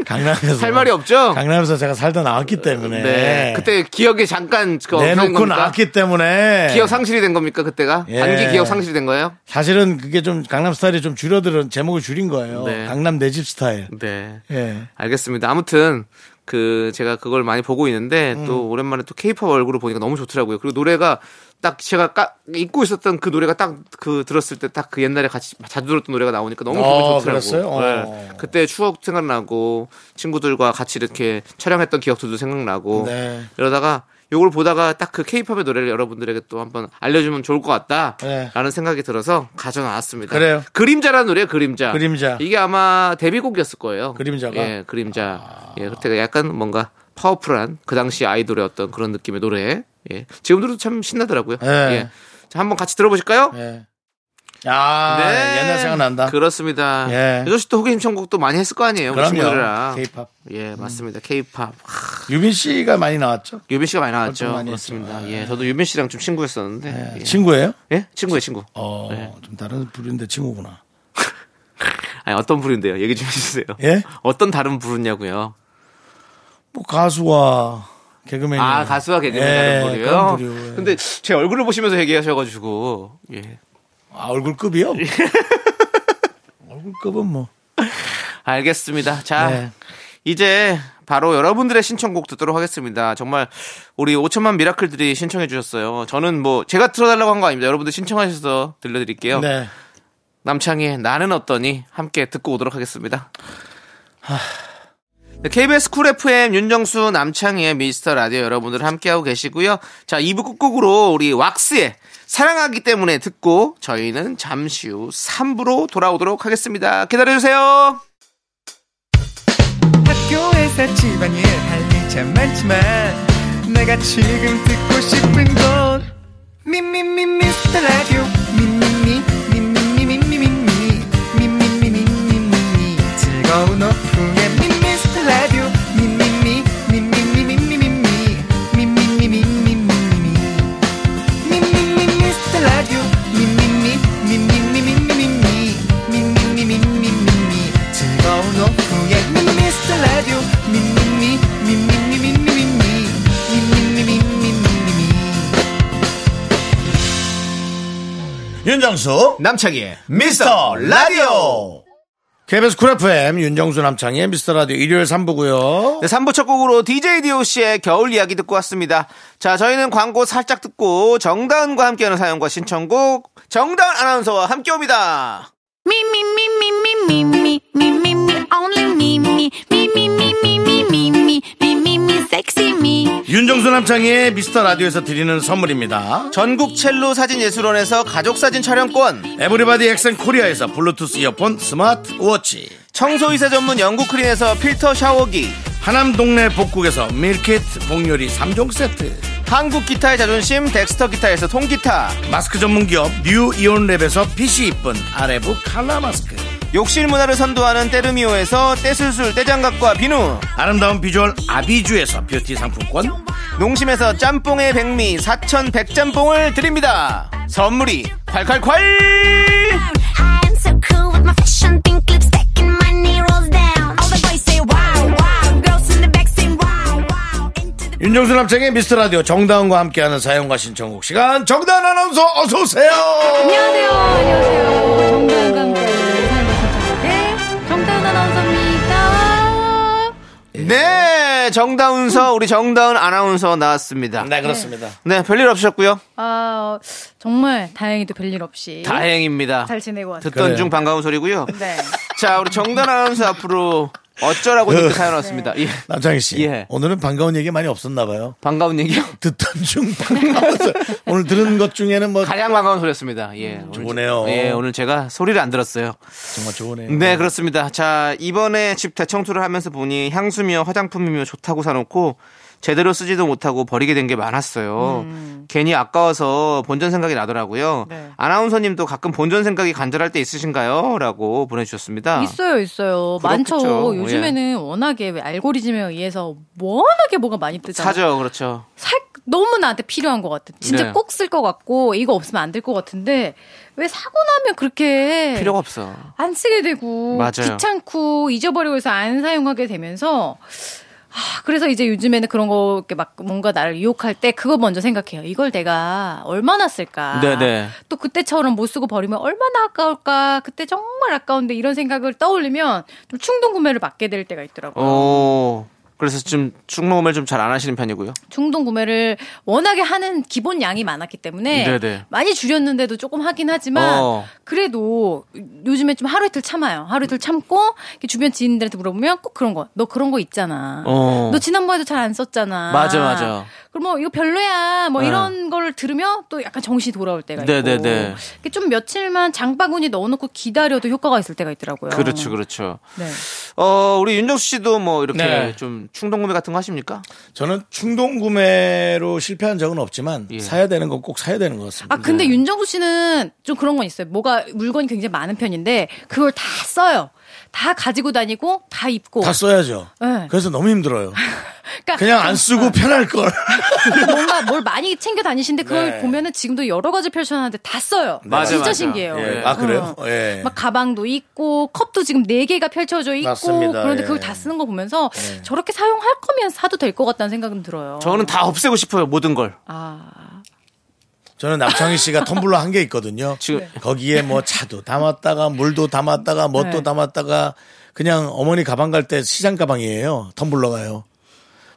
Speaker 1: 강남에서
Speaker 2: 할 말이 없죠?
Speaker 1: 강남에서 제가 살다 나왔기 때문에
Speaker 2: 네. 그때 기억이 잠깐 그 없어진
Speaker 1: 내놓고
Speaker 2: 겁니까?
Speaker 1: 나왔기 때문에
Speaker 2: 기억 상실이 된 겁니까 그때가?
Speaker 1: 예.
Speaker 2: 단기 기억 상실이 된 거예요?
Speaker 1: 사실은 그게 좀 강남 스타일이 좀 줄여들은 제목을 줄인 거예요.
Speaker 2: 네.
Speaker 1: 강남 내 집 스타일.
Speaker 2: 네.
Speaker 1: 예.
Speaker 2: 알겠습니다. 아무튼 그 제가 그걸 많이 보고 있는데
Speaker 1: 음.
Speaker 2: 또 오랜만에 또 케이팝 얼굴을 보니까 너무 좋더라고요. 그리고 노래가 딱 제가 까, 잊고 있었던 그 노래가 딱 그 들었을 때 딱 그 옛날에 같이 자주 들었던 노래가 나오니까 너무 기분이
Speaker 1: 어,
Speaker 2: 좋더라고요.
Speaker 1: 그랬어요? 어.
Speaker 2: 네. 그때 추억 생각나고 친구들과 같이 이렇게 촬영했던 기억들도 생각나고
Speaker 1: 네.
Speaker 2: 이러다가 요걸 보다가 딱 그 케이팝의 노래를 여러분들에게 또 한번 알려주면 좋을
Speaker 1: 네.
Speaker 2: 것 같다라는 생각이 들어서 가져나왔습니다.
Speaker 1: 그래요.
Speaker 2: 그림자라는 노래예요. 그림자.
Speaker 1: 그림자.
Speaker 2: 이게 아마 데뷔곡이었을 거예요.
Speaker 1: 그림자가? 아.
Speaker 2: 예, 그림자. 예, 그때가 약간 뭔가 파워풀한 그 당시 아이돌의 어떤 그런 느낌의 노래. 예. 지금 들어도 참 신나더라고요.
Speaker 1: 예.
Speaker 2: 예. 자, 한번 같이 들어보실까요?
Speaker 1: 예. 아, 옛날 생각난다.
Speaker 2: 네. 그렇습니다.
Speaker 1: 예.
Speaker 2: 요조 씨도 호기심 천국도 많이 했을 거 아니에요. 우리 친구들이랑.
Speaker 1: 그럼요. 케이팝.
Speaker 2: 예, 맞습니다. 케이팝.
Speaker 1: 유빈 씨가 많이 나왔죠?
Speaker 2: 유빈 씨가 많이 나왔죠.
Speaker 1: 활동 많이
Speaker 2: 그렇습니다.
Speaker 1: 했어요.
Speaker 2: 예, 저도 유빈 씨랑 좀 친구였었는데. 예.
Speaker 1: 네. 친구예요?
Speaker 2: 예? 친구예요, 친구.
Speaker 1: 어,
Speaker 2: 네.
Speaker 1: 좀 다른 부류인데 친구구나.
Speaker 2: 아니, 어떤 부류인데요? 얘기 좀 해주세요.
Speaker 1: 예?
Speaker 2: 어떤 다른 부류냐고요?
Speaker 1: 뭐 가수와 개그맨.
Speaker 2: 아, 가수와 개그맨
Speaker 1: 예,
Speaker 2: 다른
Speaker 1: 그런
Speaker 2: 부류요?
Speaker 1: 부류. 예.
Speaker 2: 근데 제 얼굴을 보시면서 얘기하셔가지고. 예.
Speaker 1: 아, 얼굴급이요?
Speaker 2: 예.
Speaker 1: 얼굴급은 뭐.
Speaker 2: 알겠습니다. 자,
Speaker 1: 네.
Speaker 2: 이제 바로 여러분들의 신청곡 듣도록 하겠습니다. 정말 우리 5천만 미라클들이 신청해 주셨어요. 저는 뭐 제가 틀어달라고 한 거 아닙니다. 여러분들 신청하셔서 들려드릴게요.
Speaker 1: 네.
Speaker 2: 남창희의 나는 어떠니 함께 듣고 오도록 하겠습니다. 네, KBS 쿨 FM 윤정수 남창희의 미스터 라디오 여러분들 함께하고 계시고요. 자, 2부 끝곡으로 우리 왁스의 사랑하기 때문에 듣고 저희는 잠시 후 3부로 돌아오도록 하겠습니다. 기다려주세요.
Speaker 7: 학교에서 집안일 할 일 참 많지만 내가 지금 듣고 싶은 건 미미미 미스터 라디오 미미미 미미미미미미 미미미미미미 즐거운 오후에 미스터 라디오 미미미 미미미미미미 미미미미미미미 미미미 미스터 라디오 미미미 미미미미미미 미미미
Speaker 1: 윤정수
Speaker 2: 남창희의
Speaker 1: 미스터 라디오 KBS 쿨 FM 윤정수 남창의 미스터 라디오 일요일 3부고요
Speaker 2: 네, 3부 첫 곡으로 DJ DOC의 겨울 이야기 듣고 왔습니다. 자, 저희는 광고 살짝 듣고 정다은과 함께하는 사연과 신청곡 정다은 아나운서와 함께 옵니다.
Speaker 6: Me, me, me, me, me, me, me, me, me, me, only me, me, me, me, me, me, me, me, me, me, me, me, sexy me.
Speaker 1: 윤정수 남창의 미스터 라디오에서 드리는 선물입니다
Speaker 2: 전국 첼로 사진 예술원에서 가족 사진 촬영권,
Speaker 1: 에브리바디 엑센 코리아에서 블루투스 이어폰 스마트 워치
Speaker 2: 청소이사 전문 영국 크린에서 필터 샤워기,
Speaker 1: 하남 동네 복국에서 밀키트 복요리 3종 세트
Speaker 2: 한국 기타의 자존심 덱스터 기타에서 통기타,
Speaker 1: 마스크 전문 기업 뉴 이온랩에서 핏이 이쁜 아레브 칼라 마스크
Speaker 2: 욕실 문화를 선도하는 때르미오에서 떼술술 떼장갑과 비누,
Speaker 1: 아름다운 비주얼 아비주에서 뷰티 상품권
Speaker 2: 농심에서 짬뽕의 백미 사천 백짬뽕을 드립니다. 선물이 콸콸콸!
Speaker 6: I am so cool with my fashion pink lipstick and my knee rolls down. All the boys say wow, wow. Girls in the back say wow, wow. Into the
Speaker 1: 윤정수 남창의 미스터라디오 정다은과 함께하는 사연과 신청곡 시간 정다은 아나운서 어서오세요
Speaker 4: 안녕하세요. 안녕하세요. 정다은과 함께하는 사연과 신청곡의 정다은 아나운서입니다.
Speaker 2: 네, 정다운서 우리 정다운 아나운서 나왔습니다. 네,
Speaker 1: 네 그렇습니다
Speaker 2: 별일 없으셨고요.
Speaker 4: 아, 정말 다행히도 별일 없이
Speaker 2: 다행입니다.
Speaker 4: 잘 지내고 왔어요.
Speaker 2: 듣던
Speaker 1: 그래요.
Speaker 2: 중 반가운 소리고요.
Speaker 4: 네.
Speaker 2: 자, 우리 정다운 아나운서 앞으로 어쩌라고 이렇게 사연 왔습니다.
Speaker 4: 네.
Speaker 2: 예,
Speaker 1: 남창희씨
Speaker 2: 예.
Speaker 1: 오늘은 반가운 얘기 많이 없었나봐요
Speaker 2: 반가운 얘기요.
Speaker 1: 듣던 중 반가워서 오늘 들은 것 중에는 뭐
Speaker 2: 가장 반가운 소리였습니다. 예, 오늘
Speaker 1: 좋으네요.
Speaker 2: 제- 예, 오늘 제가 소리를 안 들었어요.
Speaker 1: 정말 좋으네요
Speaker 2: 네, 그렇습니다. 자, 이번에 집 대청소를 하면서 보니 향수며 화장품이며 좋다고 사놓고 제대로 쓰지도 못하고 버리게 된 게 많았어요. 괜히 아까워서 본전 생각이 나더라고요.
Speaker 4: 음. 네.
Speaker 2: 아나운서님도 가끔 본전 생각이 간절할 때 있으신가요? 라고 보내주셨습니다.
Speaker 4: 네. 있어요, 있어요. 많죠.
Speaker 2: 그렇겠죠. 예.
Speaker 4: 요즘에는 워낙에 왜 알고리즘에 의해서 워낙에 뭐가 많이 뜨잖아요.
Speaker 2: 사죠, 그렇죠.
Speaker 4: 살 너무 나한테 필요한 것 같아. 진짜
Speaker 2: 네.
Speaker 4: 꼭 쓸 것 같고 이거 없으면 안 될 것 같은데 왜 사고 나면 그렇게
Speaker 2: 필요가 없어.
Speaker 4: 안 쓰게 되고
Speaker 2: 맞아요.
Speaker 4: 귀찮고 잊어버리고 해서 안 사용하게 되면서 아, 그래서 이제 요즘에는 그런 거 이렇게 막 뭔가 나를 유혹할 때 그거 먼저 생각해요. 이걸 내가 얼마나 쓸까?
Speaker 2: 네네.
Speaker 4: 또 그때처럼 못 쓰고 버리면 얼마나 아까울까? 그때 정말 아까운데 이런 생각을 떠올리면 좀 충동 구매를 받게 될 때가 있더라고요.
Speaker 2: 오.
Speaker 4: 음.
Speaker 2: 그래서 좀 충동을 좀 잘 안 하시는 편이고요.
Speaker 4: 충동 구매를 워낙에 하는 기본 양이 많았기 때문에
Speaker 2: 네네.
Speaker 4: 많이 줄였는데도 조금 하긴 하지만
Speaker 2: 어.
Speaker 4: 그래도 요즘에 좀 하루 이틀 참아요. 하루 이틀 참고 이렇게 주변 지인들한테 물어보면 꼭 그런 거. 너 그런 거 있잖아.
Speaker 2: 어.
Speaker 4: 너 지난번에도 잘 안 썼잖아.
Speaker 2: 맞아, 맞아.
Speaker 4: 그럼 뭐 이거 별로야. 뭐
Speaker 2: 네.
Speaker 4: 이런 걸 들으면 또 약간 정신이 돌아올 때가 있고.
Speaker 2: 네네네.
Speaker 4: 이게 좀 며칠만 장바구니 넣어놓고 기다려도 효과가 있을 때가 있더라고요.
Speaker 2: 그렇죠, 그렇죠.
Speaker 4: 네.
Speaker 2: 어, 우리 윤정수 씨도 뭐 이렇게
Speaker 1: 네.
Speaker 2: 좀 충동 구매 같은 거 하십니까?
Speaker 1: 저는 충동 구매로 실패한 적은 없지만
Speaker 2: 예.
Speaker 1: 사야 되는 건 꼭 사야 되는 것 같습니다.
Speaker 4: 아 근데 윤정수 씨는 좀 그런 건 있어요. 뭐가 물건이 굉장히 많은 편인데 그걸 다 써요. 다 가지고 다니고 다 입고.
Speaker 1: 다 써야죠.
Speaker 4: 네.
Speaker 1: 그래서 너무 힘들어요.
Speaker 4: 그러니까
Speaker 1: 그냥 안 쓰고 편할 걸.
Speaker 4: 뭔가 뭘 많이 챙겨 다니시는데 그걸
Speaker 1: 네.
Speaker 4: 보면은 지금도 여러 가지 펼쳐놨는데 다 써요.
Speaker 2: 맞아,
Speaker 4: 진짜
Speaker 2: 맞아.
Speaker 4: 신기해요.
Speaker 1: 예. 아 그래요?
Speaker 4: 어.
Speaker 1: 예.
Speaker 4: 막 가방도 있고 컵도 지금 네 개가 펼쳐져 있고
Speaker 1: 맞습니다.
Speaker 4: 그런데
Speaker 1: 예.
Speaker 4: 그걸 다 쓰는 거 보면서 저렇게 사용할 거면 사도 될 것 같다는 생각은 들어요.
Speaker 2: 저는 다 없애고 싶어요, 모든 걸.
Speaker 4: 아
Speaker 1: 저는 남창희 씨가 텀블러 한 개 있거든요.
Speaker 4: 네.
Speaker 2: 지금-
Speaker 1: 거기에 뭐 차도 담았다가 물도 담았다가 뭣도
Speaker 4: 네.
Speaker 1: 담았다가 그냥 어머니 가방 갈 때 시장 가방이에요. 텀블러가요.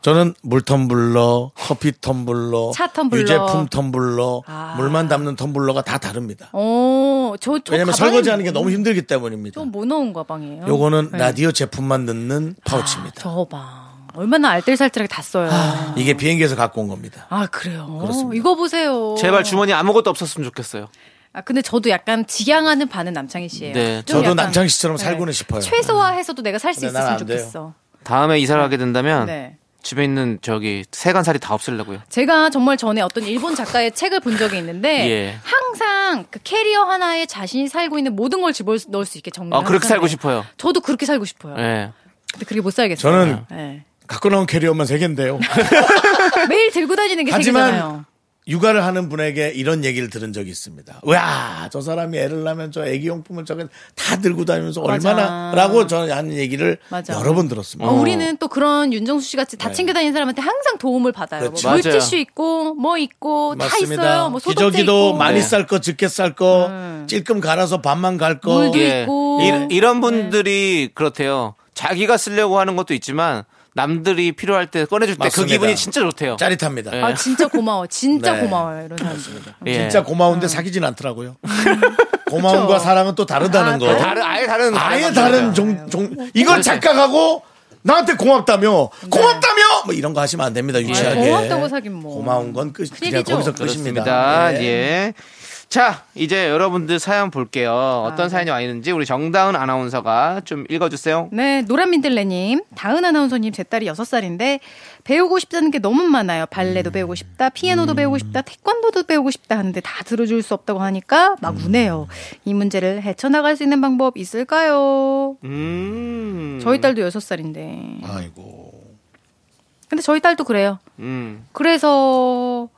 Speaker 1: 저는 물 텀블러, 커피 텀블러,
Speaker 4: 차 텀블러. 아.
Speaker 1: 유제품 텀블러, 물만 담는 텀블러가 다 다릅니다.
Speaker 4: 어, 저, 저
Speaker 1: 왜냐면
Speaker 4: 가방이
Speaker 1: 설거지하는 게
Speaker 4: 뭐-
Speaker 1: 너무 힘들기 때문입니다.
Speaker 4: 저뭐 넣은 가방이에요?
Speaker 1: 요거는
Speaker 4: 네. 아,
Speaker 1: 라디오 제품만 넣는 파우치입니다.
Speaker 4: 저거 봐. 얼마나 알뜰살뜰하게 다 써요. 아,
Speaker 1: 이게 비행기에서 갖고 온 겁니다.
Speaker 4: 그래요.
Speaker 1: 그렇습니다.
Speaker 4: 이거 보세요.
Speaker 2: 제발 주머니 아무것도 없었으면 좋겠어요.
Speaker 4: 아 근데 저도 약간 직양하는 반은 남창희 씨예요.
Speaker 2: 네,
Speaker 4: 좀
Speaker 1: 저도
Speaker 4: 약간,
Speaker 1: 남창희 씨처럼
Speaker 4: 네.
Speaker 1: 살고는 싶어요.
Speaker 4: 최소화해서도 내가 살 수
Speaker 1: 근데 난
Speaker 4: 있었으면
Speaker 1: 안
Speaker 4: 좋겠어.
Speaker 2: 다음에 이사를 하게 된다면
Speaker 4: 네.
Speaker 2: 집에 있는 저기 세간살이 다 없애려고요.
Speaker 4: 제가 정말 전에 어떤 일본 작가의 책을 본 적이 있는데
Speaker 2: 예.
Speaker 4: 항상 그 캐리어 하나에 자신이 살고 있는 모든 걸 집어 넣을 수 있게 정리.
Speaker 2: 아, 그렇게 살고 싶어요.
Speaker 4: 저도 그렇게 살고 싶어요.
Speaker 2: 예.
Speaker 4: 근데 그렇게 못 살겠어요.
Speaker 1: 저는
Speaker 4: 네. 아,
Speaker 1: 갖고 나온 캐리어만 세 개인데요.
Speaker 4: 매일 들고 다니는 게
Speaker 1: 하지만
Speaker 4: 책이잖아요.
Speaker 1: 육아를 하는 분에게 이런 얘기를 들은 적이 있습니다. 와, 저 사람이 애를 낳으면 저 애기 용품을 저게 다 들고 다니면서
Speaker 4: 맞아.
Speaker 1: 얼마나라고 저는 하는 얘기를
Speaker 4: 맞아.
Speaker 1: 여러 번 들었습니다.
Speaker 4: 어, 우리는 또 그런 윤정수 씨 같이 다 챙겨 다니는 사람한테 항상 도움을 받아요.
Speaker 1: 네. 그렇지.
Speaker 4: 뭐
Speaker 2: 맞아요.
Speaker 4: 물티슈 있고 뭐 있고 다 있어요. 뭐 소독제
Speaker 1: 기저귀도
Speaker 4: 있고 네.
Speaker 1: 많이
Speaker 2: 네.
Speaker 1: 쌀 거, 적게 쌀 거, 찔끔 갈아서 반만 갈 거.
Speaker 4: 물도
Speaker 1: 예.
Speaker 4: 있고.
Speaker 2: 이, 런 분들이 그렇대요. 자기가 쓰려고 하는 것도 있지만 남들이 필요할 때 꺼내줄 때 그
Speaker 1: 맞습니다.
Speaker 2: 기분이 진짜 좋대요.
Speaker 1: 짜릿합니다.
Speaker 2: 예.
Speaker 4: 아 진짜 고마워. 진짜
Speaker 1: 네.
Speaker 4: 고마워요. 이런 사람들.
Speaker 2: 예.
Speaker 1: 진짜
Speaker 4: 음.
Speaker 1: 고마운데 사귀진 않더라고요. 고마움과 사랑은 또 다르다는 거.
Speaker 2: 다른 아예 다른
Speaker 1: 아예
Speaker 2: 방법입니다.
Speaker 4: 네.
Speaker 1: 다른 종, 종, 이걸
Speaker 2: 그렇죠.
Speaker 1: 착각하고 나한테 고맙다며, 고맙다며! 뭐 이런 거 하시면 안 됩니다, 유치하게.
Speaker 4: 네. 고맙다고 사긴 뭐.
Speaker 1: 고마운 건 끝, 그냥
Speaker 4: 큰일이죠.
Speaker 1: 거기서 끝입니다.
Speaker 2: 예. 그렇습니다. 예. 자, 이제 여러분들 사연 볼게요.
Speaker 4: 아, 네.
Speaker 2: 어떤 사연이 와 있는지 우리 정다은 아나운서가 좀 읽어주세요.
Speaker 4: 네, 노란민들레님, 다은 아나운서님, 제 딸이 6살인데, 배우고 싶다는 게 너무 많아요. 발레도
Speaker 1: 음.
Speaker 4: 배우고 싶다, 피아노도 배우고 싶다, 태권도도 배우고 싶다 하는데 다 들어줄 수 없다고 하니까 막
Speaker 1: 음.
Speaker 4: 우네요. 이 문제를 헤쳐나갈 수 있는 방법 있을까요?
Speaker 2: 음.
Speaker 4: 저희 딸도 6살인데.
Speaker 1: 아이고.
Speaker 4: 근데 저희 딸도 그래요.
Speaker 2: 음.
Speaker 4: 그래서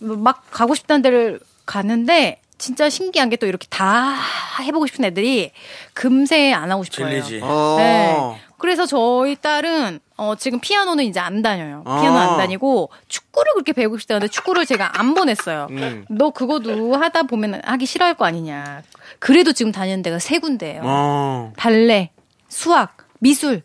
Speaker 4: 막 가고 싶다는 데를 가는데, 진짜 신기한 게 또 이렇게 다 해보고 싶은 애들이 금세 안 하고 싶어요.
Speaker 1: 질리지.
Speaker 2: 어.
Speaker 4: 예. 네. 그래서 저희 딸은 어, 지금 피아노는 이제 안 다녀요. 피아노
Speaker 2: 아.
Speaker 4: 안 다니고 축구를 그렇게 배우고 싶다는데 축구를 제가 안 보냈어요.
Speaker 2: 음.
Speaker 4: 너 그거도 하다 보면 하기 싫어할 거 아니냐. 그래도 지금 다니는 데가 세 군데예요.
Speaker 2: 어.
Speaker 4: 발레, 수학, 미술.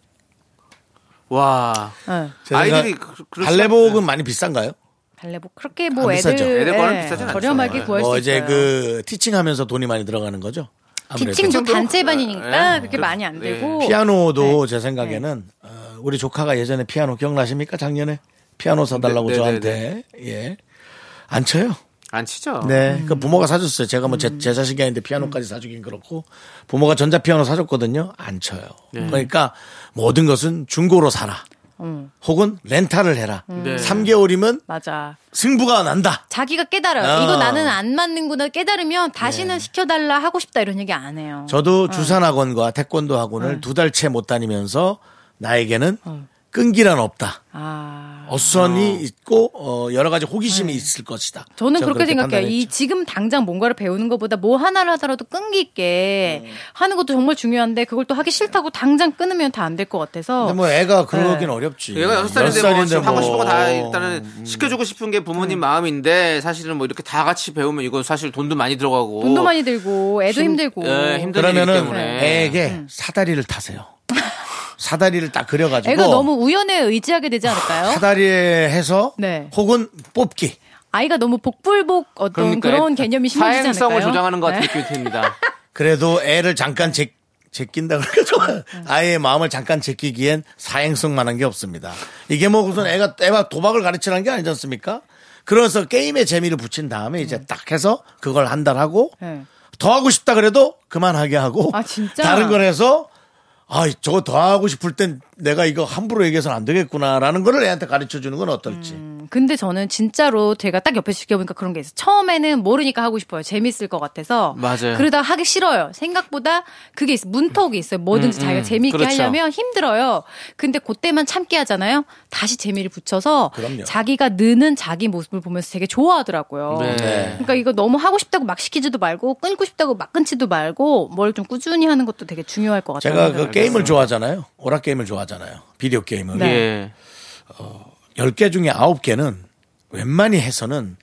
Speaker 2: 와.
Speaker 4: 예.
Speaker 1: 제 생각-
Speaker 2: 아이들이 그- 그럴
Speaker 1: 발레복은 많이 비싼가요?
Speaker 4: 발레 뭐 그렇게 뭐
Speaker 1: 안
Speaker 4: 애들
Speaker 1: 비싸죠.
Speaker 2: 아, 애들 거는
Speaker 4: 예,
Speaker 2: 비싸진 않죠.
Speaker 4: 저렴하게
Speaker 2: 예.
Speaker 4: 구할
Speaker 1: 뭐
Speaker 4: 수
Speaker 1: 이제
Speaker 4: 있어요.
Speaker 1: 그 티칭하면서 돈이 많이 들어가는 거죠. 아무래도. 그
Speaker 4: 티칭도 단체반이니까
Speaker 2: 예.
Speaker 4: 그렇게 많이 안
Speaker 2: 예.
Speaker 4: 되고
Speaker 1: 피아노도 제 생각에는 어, 우리 조카가 예전에 피아노 기억나십니까? 작년에 피아노 사달라고
Speaker 2: 네, 네,
Speaker 1: 저한테 예. 안 쳐요.
Speaker 2: 안 치죠?
Speaker 1: 네, 그 부모가 사줬어요. 제가 뭐 제 자식이 아닌데 피아노까지 사주긴 그렇고 부모가 전자 피아노 사줬거든요. 안 쳐요.
Speaker 2: 네.
Speaker 1: 그러니까 모든 것은 중고로 사라. 혹은 렌탈을 해라.
Speaker 2: 네.
Speaker 1: 3개월이면
Speaker 4: 맞아.
Speaker 1: 승부가 난다.
Speaker 4: 자기가 깨달아요.
Speaker 1: 어.
Speaker 4: 이거 나는 안 맞는구나 깨달으면 다시는 시켜달라 하고 싶다 이런 얘기 안 해요.
Speaker 1: 저도 주산학원과 태권도 학원을 두 달 채 못 다니면서 나에게는 끈기란 없다.
Speaker 4: 아.
Speaker 1: 어선이 있고 어, 여러 가지 호기심이 있을 것이다.
Speaker 4: 네. 저는
Speaker 1: 저는
Speaker 4: 그렇게 생각해요.
Speaker 1: 판단했죠.
Speaker 4: 이 지금 당장 뭔가를 배우는 것보다 뭐 하나를 하더라도 끈기 있게 하는 것도 정말 중요한데 그걸 또 하기 싫다고 당장 끊으면 다 안 될 것 같아서.
Speaker 1: 근데 뭐
Speaker 4: 네.
Speaker 1: 애가 그러긴 어렵지.
Speaker 2: 얘가 여섯 살인데
Speaker 1: 몇
Speaker 2: 뭐 지금 하고 싶은 거 다
Speaker 1: 뭐.
Speaker 2: 일단은 시켜주고 싶은 게 부모님 마음인데 사실은 뭐 이렇게 다 같이 배우면 이거 사실 돈도 많이 들어가고
Speaker 4: 돈도 많이 들고 애도
Speaker 2: 뭐 힘-
Speaker 4: 힘들고.
Speaker 2: 예, 힘들-
Speaker 1: 그러면은
Speaker 2: 때문에.
Speaker 1: 애에게
Speaker 4: 네.
Speaker 1: 사다리를 타세요. 사다리를 딱 그려가지고
Speaker 4: 애가 너무 우연에 의지하게 되지 않을까요?
Speaker 1: 사다리에 해서
Speaker 4: 네.
Speaker 1: 혹은 뽑기.
Speaker 4: 아이가 너무 복불복 어떤
Speaker 2: 그러니까
Speaker 4: 그런
Speaker 2: 애-
Speaker 4: 개념이 심해지지 않을까요?
Speaker 2: 사행성을 조장하는 것 같은
Speaker 4: 네.
Speaker 2: 느낌이 듭니다.
Speaker 1: 그래도 애를 잠깐 제, 제낀다 그래가지고 아이의 마음을 잠깐 제끼기엔 사행성만한 게 없습니다. 이게 뭐 무슨 애가 애가 도박을 가르치는 게 아니지 않습니까? 그래서 게임에 재미를 붙인 다음에 이제 딱 해서 그걸 한 달 하고
Speaker 4: 네.
Speaker 1: 더 하고 싶다 그래도 그만하게 하고
Speaker 4: 아, 진짜?
Speaker 1: 다른 걸 해서 아 저거 더 하고 싶을 땐 내가 이거 함부로 얘기해서는 안 되겠구나라는 거를 애한테 가르쳐 주는 건 어떨지
Speaker 4: 음, 근데 저는 진짜로 제가 딱 옆에서 지켜보니까 그런 게 있어요. 처음에는 모르니까 하고 싶어요. 재밌을 것 같아서.
Speaker 2: 맞아요.
Speaker 4: 그러다 하기 싫어요. 생각보다 그게 있어요. 문턱이 있어요. 뭐든지 자기가 재미있게
Speaker 2: 그렇죠.
Speaker 4: 하려면 힘들어요. 근데 그때만 참게 하잖아요. 다시 재미를 붙여서
Speaker 1: 그럼요.
Speaker 4: 자기가 느는 자기 모습을 보면서 되게 좋아하더라고요.
Speaker 2: 네.
Speaker 4: 그러니까 이거 너무 하고 싶다고 막 시키지도 말고 끊고 싶다고 막 끊지도 말고 뭘 좀 꾸준히 하는 것도 되게 중요할 것 같아요.
Speaker 1: 제가 그 게임을 좋아하잖아요 오락 게임을 좋아하잖아요 비디오 게임을
Speaker 4: 네.
Speaker 2: 예.
Speaker 1: 10개 중에 9개는 웬만히 해서는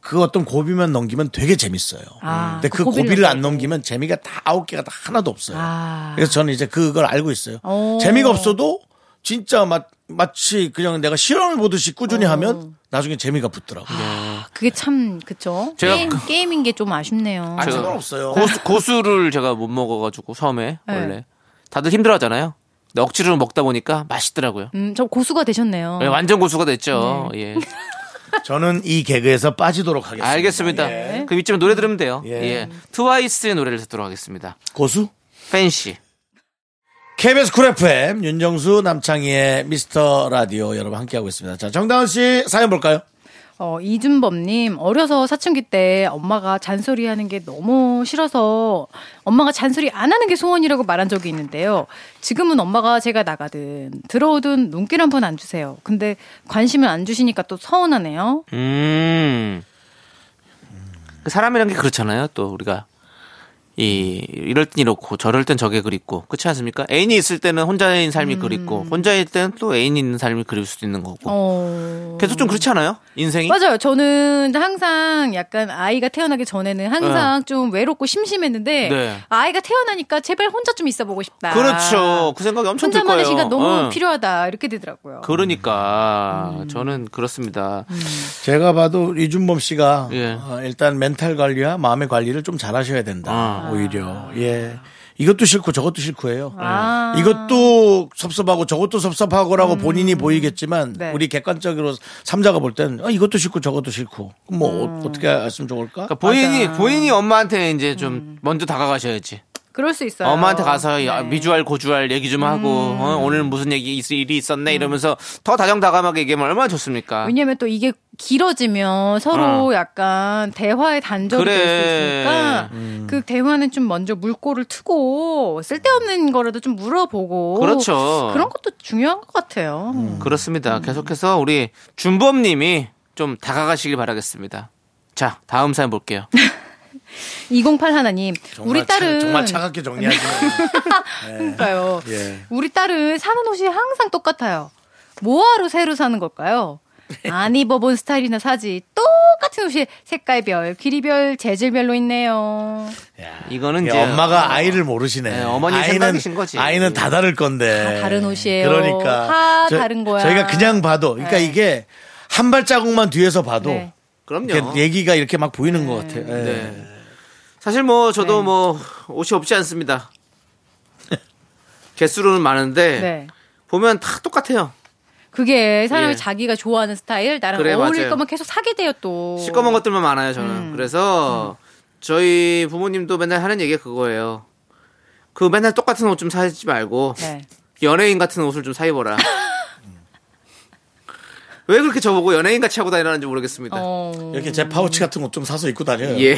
Speaker 1: 그 어떤 고비만 넘기면 되게 재밌어요.
Speaker 4: 아,
Speaker 1: 근데
Speaker 4: 그
Speaker 1: 그
Speaker 4: 고비를
Speaker 1: 고비를, 안
Speaker 4: 넘기고.
Speaker 1: 넘기면 재미가 다 아홉 개가 다 하나도 없어요.
Speaker 4: 아.
Speaker 1: 그래서 저는 이제 그걸 알고 있어요.
Speaker 4: 오.
Speaker 1: 재미가 없어도 진짜 마, 마치 그냥 내가 실험을 보듯이 꾸준히 하면 나중에 재미가 붙더라고요.
Speaker 4: 아, 그게 참 그쵸?
Speaker 2: 제가
Speaker 4: 게임,
Speaker 2: 그-
Speaker 4: 게임인 게 좀 아쉽네요.
Speaker 1: 아,
Speaker 2: 제가
Speaker 1: 상관없어요.
Speaker 2: 고수, 고수를 제가 못 먹어가지고 처음에
Speaker 4: 네.
Speaker 2: 원래 다들 힘들어하잖아요. 근데 억지로 먹다 보니까 맛있더라고요.
Speaker 4: 음, 네. 저 고수가 되셨네요.
Speaker 2: 예, 완전 고수가 됐죠. 예.
Speaker 1: 저는 이 개그에서 빠지도록 하겠습니다.
Speaker 2: 알겠습니다.
Speaker 1: 예.
Speaker 2: 그럼 이쯤에 노래 들으면 돼요.
Speaker 1: 예.
Speaker 2: 예. 트와이스의 노래를 듣도록 하겠습니다.
Speaker 1: 고수?
Speaker 2: 팬시.
Speaker 1: KBS 쿨 FM 윤정수 남창희의 미스터 라디오 여러분 함께하고 있습니다. 자 정다은 씨 사연 볼까요?
Speaker 4: 어, 이준범님, 어려서 사춘기 때 엄마가 잔소리 하는 게 너무 싫어서 엄마가 잔소리 안 하는 게 소원이라고 말한 적이 있는데요. 지금은 엄마가 제가 나가든 들어오든 눈길 한 번 안 주세요. 근데 관심을 안 주시니까 또 서운하네요.
Speaker 2: 음. 사람이란 게 그렇잖아요. 또 우리가 이 이럴 땐 이렇고 저럴 땐 저게 그립고 그렇지 않습니까? 애인이 있을 때는 혼자인 삶이 그립고 혼자일 때는 또 애인이 있는 삶이 그릴 수도 있는 거고
Speaker 4: 음. 어.
Speaker 2: 계속 좀 그렇지 않아요? 인생이
Speaker 4: 맞아요. 저는 항상 약간 아이가 태어나기 전에는 항상 좀 외롭고 심심했는데
Speaker 2: 네.
Speaker 4: 아이가 태어나니까 제발 혼자 좀 있어 보고 싶다.
Speaker 2: 그렇죠. 그 생각이 엄청 들 거예요.
Speaker 4: 혼자만의 시간 너무
Speaker 2: 어.
Speaker 4: 필요하다 음. 이렇게 되더라고요.
Speaker 2: 그러니까 저는 그렇습니다.
Speaker 4: 음.
Speaker 1: 제가 봐도 이준범 씨가
Speaker 2: 예.
Speaker 1: 어, 일단 멘탈 관리와 마음의 관리를 좀 잘하셔야 된다.
Speaker 2: 아.
Speaker 1: 오히려 예 이것도 싫고 저것도 싫고예요.
Speaker 4: 아.
Speaker 1: 이것도 섭섭하고 저것도 섭섭하고라고 본인이 보이겠지만
Speaker 4: 음. 네.
Speaker 1: 우리 객관적으로 삼자가 볼 때는 어, 이것도 싫고 저것도 싫고 그럼 뭐
Speaker 4: 음.
Speaker 1: 어- 어떻게 했으면 좋을까?
Speaker 2: 그러니까 본인이 본인이 엄마한테 이제 좀
Speaker 4: 음.
Speaker 2: 먼저 다가가셔야지.
Speaker 4: 그럴 수 있어요.
Speaker 2: 엄마한테 가서
Speaker 4: 네. 음.
Speaker 2: 야, 미주알 고주알 얘기 좀 하고 어, 오늘 무슨 얘기 있, 일이 있었네 이러면서 더 다정다감하게 얘기하면 얼마나 좋습니까?
Speaker 4: 왜냐면 또 이게 길어지면 서로
Speaker 2: 어.
Speaker 4: 약간 대화의 단절이
Speaker 2: 그래. 음.
Speaker 4: 될 수 있으니까 그 대화는 좀 먼저 물꼬를 트고 쓸데없는 거라도 좀 물어보고
Speaker 2: 그렇죠. 음.
Speaker 4: 그런 것도 중요한 것 같아요.
Speaker 2: 그렇습니다. 계속해서 우리 준범님이 좀 다가가시길 바라겠습니다. 자 다음 사연 볼게요.
Speaker 4: 네. 208 하나님,
Speaker 1: 정말
Speaker 4: 우리
Speaker 1: 차-
Speaker 4: 딸은
Speaker 1: 정말 차갑게 정리하시네요.
Speaker 4: 그러니까요.
Speaker 1: 예.
Speaker 4: 우리 딸은 사는 옷이 항상 똑같아요. 뭐하러 새로 사는 걸까요?
Speaker 2: 네.
Speaker 4: 안 입어본 스타일이나 사지 똑같은 옷이 색깔별, 길이별, 재질별로 있네요.
Speaker 2: 이거는
Speaker 1: 예,
Speaker 2: 이제 어,
Speaker 1: 엄마가 아이를 모르시네.
Speaker 2: 네, 어머니 생각이신 거지.
Speaker 1: 아이는 다 다를 건데.
Speaker 4: 다 다른 옷이에요.
Speaker 1: 그러니까
Speaker 4: 다 다른 거야.
Speaker 1: 저희가 그냥 봐도, 그러니까
Speaker 4: 네.
Speaker 1: 이게 한 발자국만 뒤에서 봐도
Speaker 4: 네.
Speaker 2: 그럼요.
Speaker 1: 이렇게 얘기가 이렇게 막 보이는 것 같아요. 예.
Speaker 2: 네. 사실 뭐 저도
Speaker 4: 네.
Speaker 2: 뭐 옷이 없지 않습니다. 개수로는 많은데
Speaker 4: 네.
Speaker 2: 보면 다 똑같아요.
Speaker 4: 그게 사람이
Speaker 2: 예.
Speaker 4: 자기가 좋아하는 스타일, 나랑
Speaker 2: 그래,
Speaker 4: 어울릴
Speaker 2: 맞아요.
Speaker 4: 거면 계속 사게 돼요 또.
Speaker 2: 시꺼먼 것들만 많아요 저는.
Speaker 4: 음.
Speaker 2: 그래서 저희 부모님도 맨날 하는 얘기가 그거예요. 그 맨날 똑같은 옷 좀 사지 말고
Speaker 4: 네.
Speaker 2: 연예인 같은 옷을 좀 사 입어라. 왜 그렇게 저보고 연예인 같이 하고 다니라는지 모르겠습니다.
Speaker 4: 어,
Speaker 1: 이렇게 제 파우치 같은 옷 좀 사서 입고 다녀요.
Speaker 2: 예,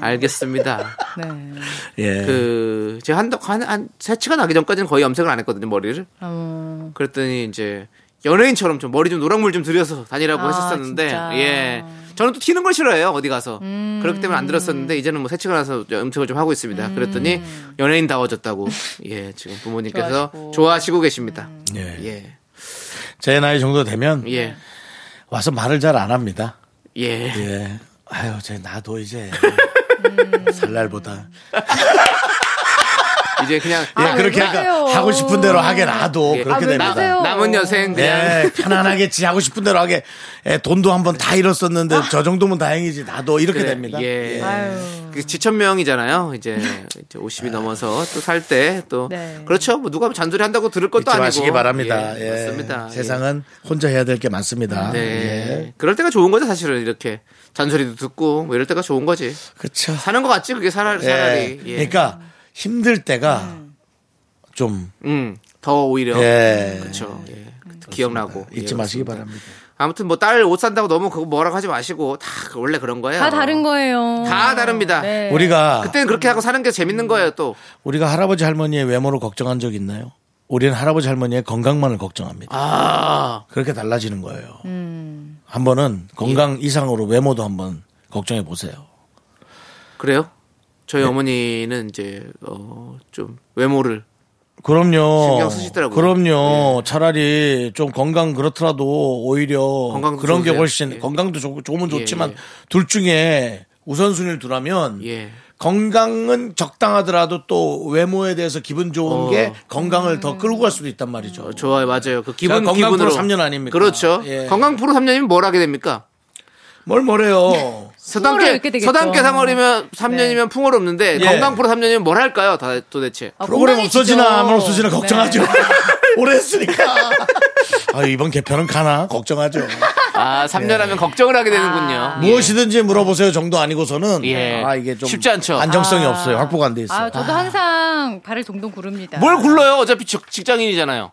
Speaker 2: 알겠습니다.
Speaker 4: 네.
Speaker 1: 예.
Speaker 2: 그 제가 한한한 세치가 나기 전까지는 거의 염색을 안 했거든요 머리를.
Speaker 4: 어,
Speaker 2: 그랬더니 이제 연예인처럼 좀 머리 좀 노랑물 좀 들여서 다니라고
Speaker 4: 아,
Speaker 2: 했었었는데
Speaker 4: 진짜. 음.
Speaker 2: 예 저는 또 튀는 걸 싫어해요 어디 가서 그렇기 때문에 안 들었었는데 이제는 뭐 세척을 나서 음색을 좀 하고 있습니다 그랬더니 연예인다워졌다고 예 지금 부모님께서
Speaker 4: 음. 좋아하시고. 음.
Speaker 2: 좋아하시고 계십니다
Speaker 1: 예.
Speaker 2: 예 예
Speaker 1: 제 나이 정도 되면
Speaker 2: 예.
Speaker 1: 와서 말을 잘 안 합니다. 예. 아유, 제 나도 이제
Speaker 4: 음.
Speaker 1: 살날보다.
Speaker 2: 이제 그냥
Speaker 1: 예,
Speaker 4: 아, 왜
Speaker 1: 그렇게
Speaker 4: 그러세요?
Speaker 1: 하니까 하고 싶은 대로 하게 놔도
Speaker 2: 예.
Speaker 1: 어, 그렇게
Speaker 4: 아, 왜
Speaker 1: 됩니다.
Speaker 4: 그러세요?
Speaker 2: 남은 여생 그냥
Speaker 1: 예, 편안하겠지 하고 싶은 대로 하게 예, 돈도 한번 다 잃었었는데 저 정도면 다행이지 나도 이렇게
Speaker 2: 그래,
Speaker 1: 됩니다.
Speaker 2: 예.
Speaker 4: 아유.
Speaker 2: 그 지천명이잖아요. 이제, 이제
Speaker 1: 아.
Speaker 2: 50이 넘어서 또 살 때 또
Speaker 4: 네.
Speaker 2: 그렇죠. 뭐 누가 잔소리 한다고 들을 것도
Speaker 1: 잊지
Speaker 2: 아니고
Speaker 1: 마시기 바랍니다.
Speaker 2: 예,
Speaker 1: 예,
Speaker 2: 맞습니다. 예.
Speaker 1: 세상은 혼자 해야 될 게 많습니다.
Speaker 2: 네.
Speaker 1: 예.
Speaker 2: 그럴 때가 좋은 거죠, 사실은 이렇게 잔소리도 듣고 뭐 이럴 때가 좋은 거지.
Speaker 1: 그렇죠.
Speaker 2: 사는 거 같지 그게 사라,
Speaker 1: 예.
Speaker 2: 사라리. 예.
Speaker 1: 그러니까 힘들 때가 좀
Speaker 2: 음. 더 오히려
Speaker 1: 예.
Speaker 2: 그렇죠. 예. 기억나고
Speaker 1: 잊지
Speaker 2: 예,
Speaker 1: 마시기
Speaker 2: 그렇습니다.
Speaker 1: 바랍니다.
Speaker 2: 아무튼 뭐 딸 옷 산다고 너무 그거 뭐라고 하지 마시고 다 원래 그런 거예요.
Speaker 4: 다 다른 거예요.
Speaker 2: 어. 다 다릅니다.
Speaker 4: 네.
Speaker 1: 우리가
Speaker 2: 그때는 그렇게 하고 사는 게 재밌는 거예요, 또.
Speaker 1: 우리가 할아버지 할머니의 외모를 걱정한 적 있나요? 우리는 할아버지 할머니의 건강만을 걱정합니다.
Speaker 2: 아.
Speaker 1: 그렇게 달라지는 거예요. 한 번은 건강
Speaker 2: 예.
Speaker 1: 이상으로 외모도 한번 걱정해 보세요.
Speaker 2: 그래요? 저희
Speaker 1: 네.
Speaker 2: 어머니는 이제 어, 좀 외모를
Speaker 1: 그럼요.
Speaker 2: 신경 쓰시더라고요. 예.
Speaker 1: 그럼요. 차라리 좀 건강 그렇더라도 오히려
Speaker 2: 건강도
Speaker 1: 그런 게
Speaker 2: 좋으세요?
Speaker 1: 훨씬
Speaker 2: 예.
Speaker 1: 건강도 좋, 좋으면
Speaker 2: 예,
Speaker 1: 좋지만
Speaker 2: 예.
Speaker 1: 둘 중에 우선순위를 두라면
Speaker 2: 예.
Speaker 1: 건강은 적당하더라도 또 외모에 대해서 기분 좋은
Speaker 2: 어.
Speaker 1: 게 건강을
Speaker 4: 음.
Speaker 1: 더 끌고 갈 수도 있단 말이죠.
Speaker 2: 좋아요, 맞아요. 그 기분
Speaker 1: 자, 건강
Speaker 2: 기분으로
Speaker 1: 프로 3년 아닙니까?
Speaker 2: 그렇죠.
Speaker 1: 예.
Speaker 2: 건강 프로 3년이면 뭘 하게 됩니까?
Speaker 1: 뭘 뭐래요.
Speaker 4: 풍어를
Speaker 2: 서당계
Speaker 4: 읽게 되겠죠.
Speaker 2: 서당계 상월이면 3년이면 풍월 없는데
Speaker 1: 네. 예. 어.
Speaker 2: 건강 프로 3년이면 뭘 할까요? 다 도대체.
Speaker 4: 아,
Speaker 1: 프로그램
Speaker 4: 건강해지죠.
Speaker 1: 없어지나 안 없어지나
Speaker 4: 네.
Speaker 1: 걱정하죠. 오래 했으니까. 아, 이번 개편은 가나 걱정하죠.
Speaker 2: 아, 3년 하면 걱정을 하게 되는군요. 예.
Speaker 1: 네. 아, 무엇이든지 물어보세요 정도 아니고서는
Speaker 2: 예.
Speaker 1: 아 이게 좀
Speaker 2: 쉽지 않죠. 아.
Speaker 1: 안정성이 없어요. 아, 확보가 안 돼 있어요.
Speaker 4: 아, 저도 항상 발을 동동 구릅니다.
Speaker 2: 뭘 굴러요? 어차피 직- 직장인이잖아요.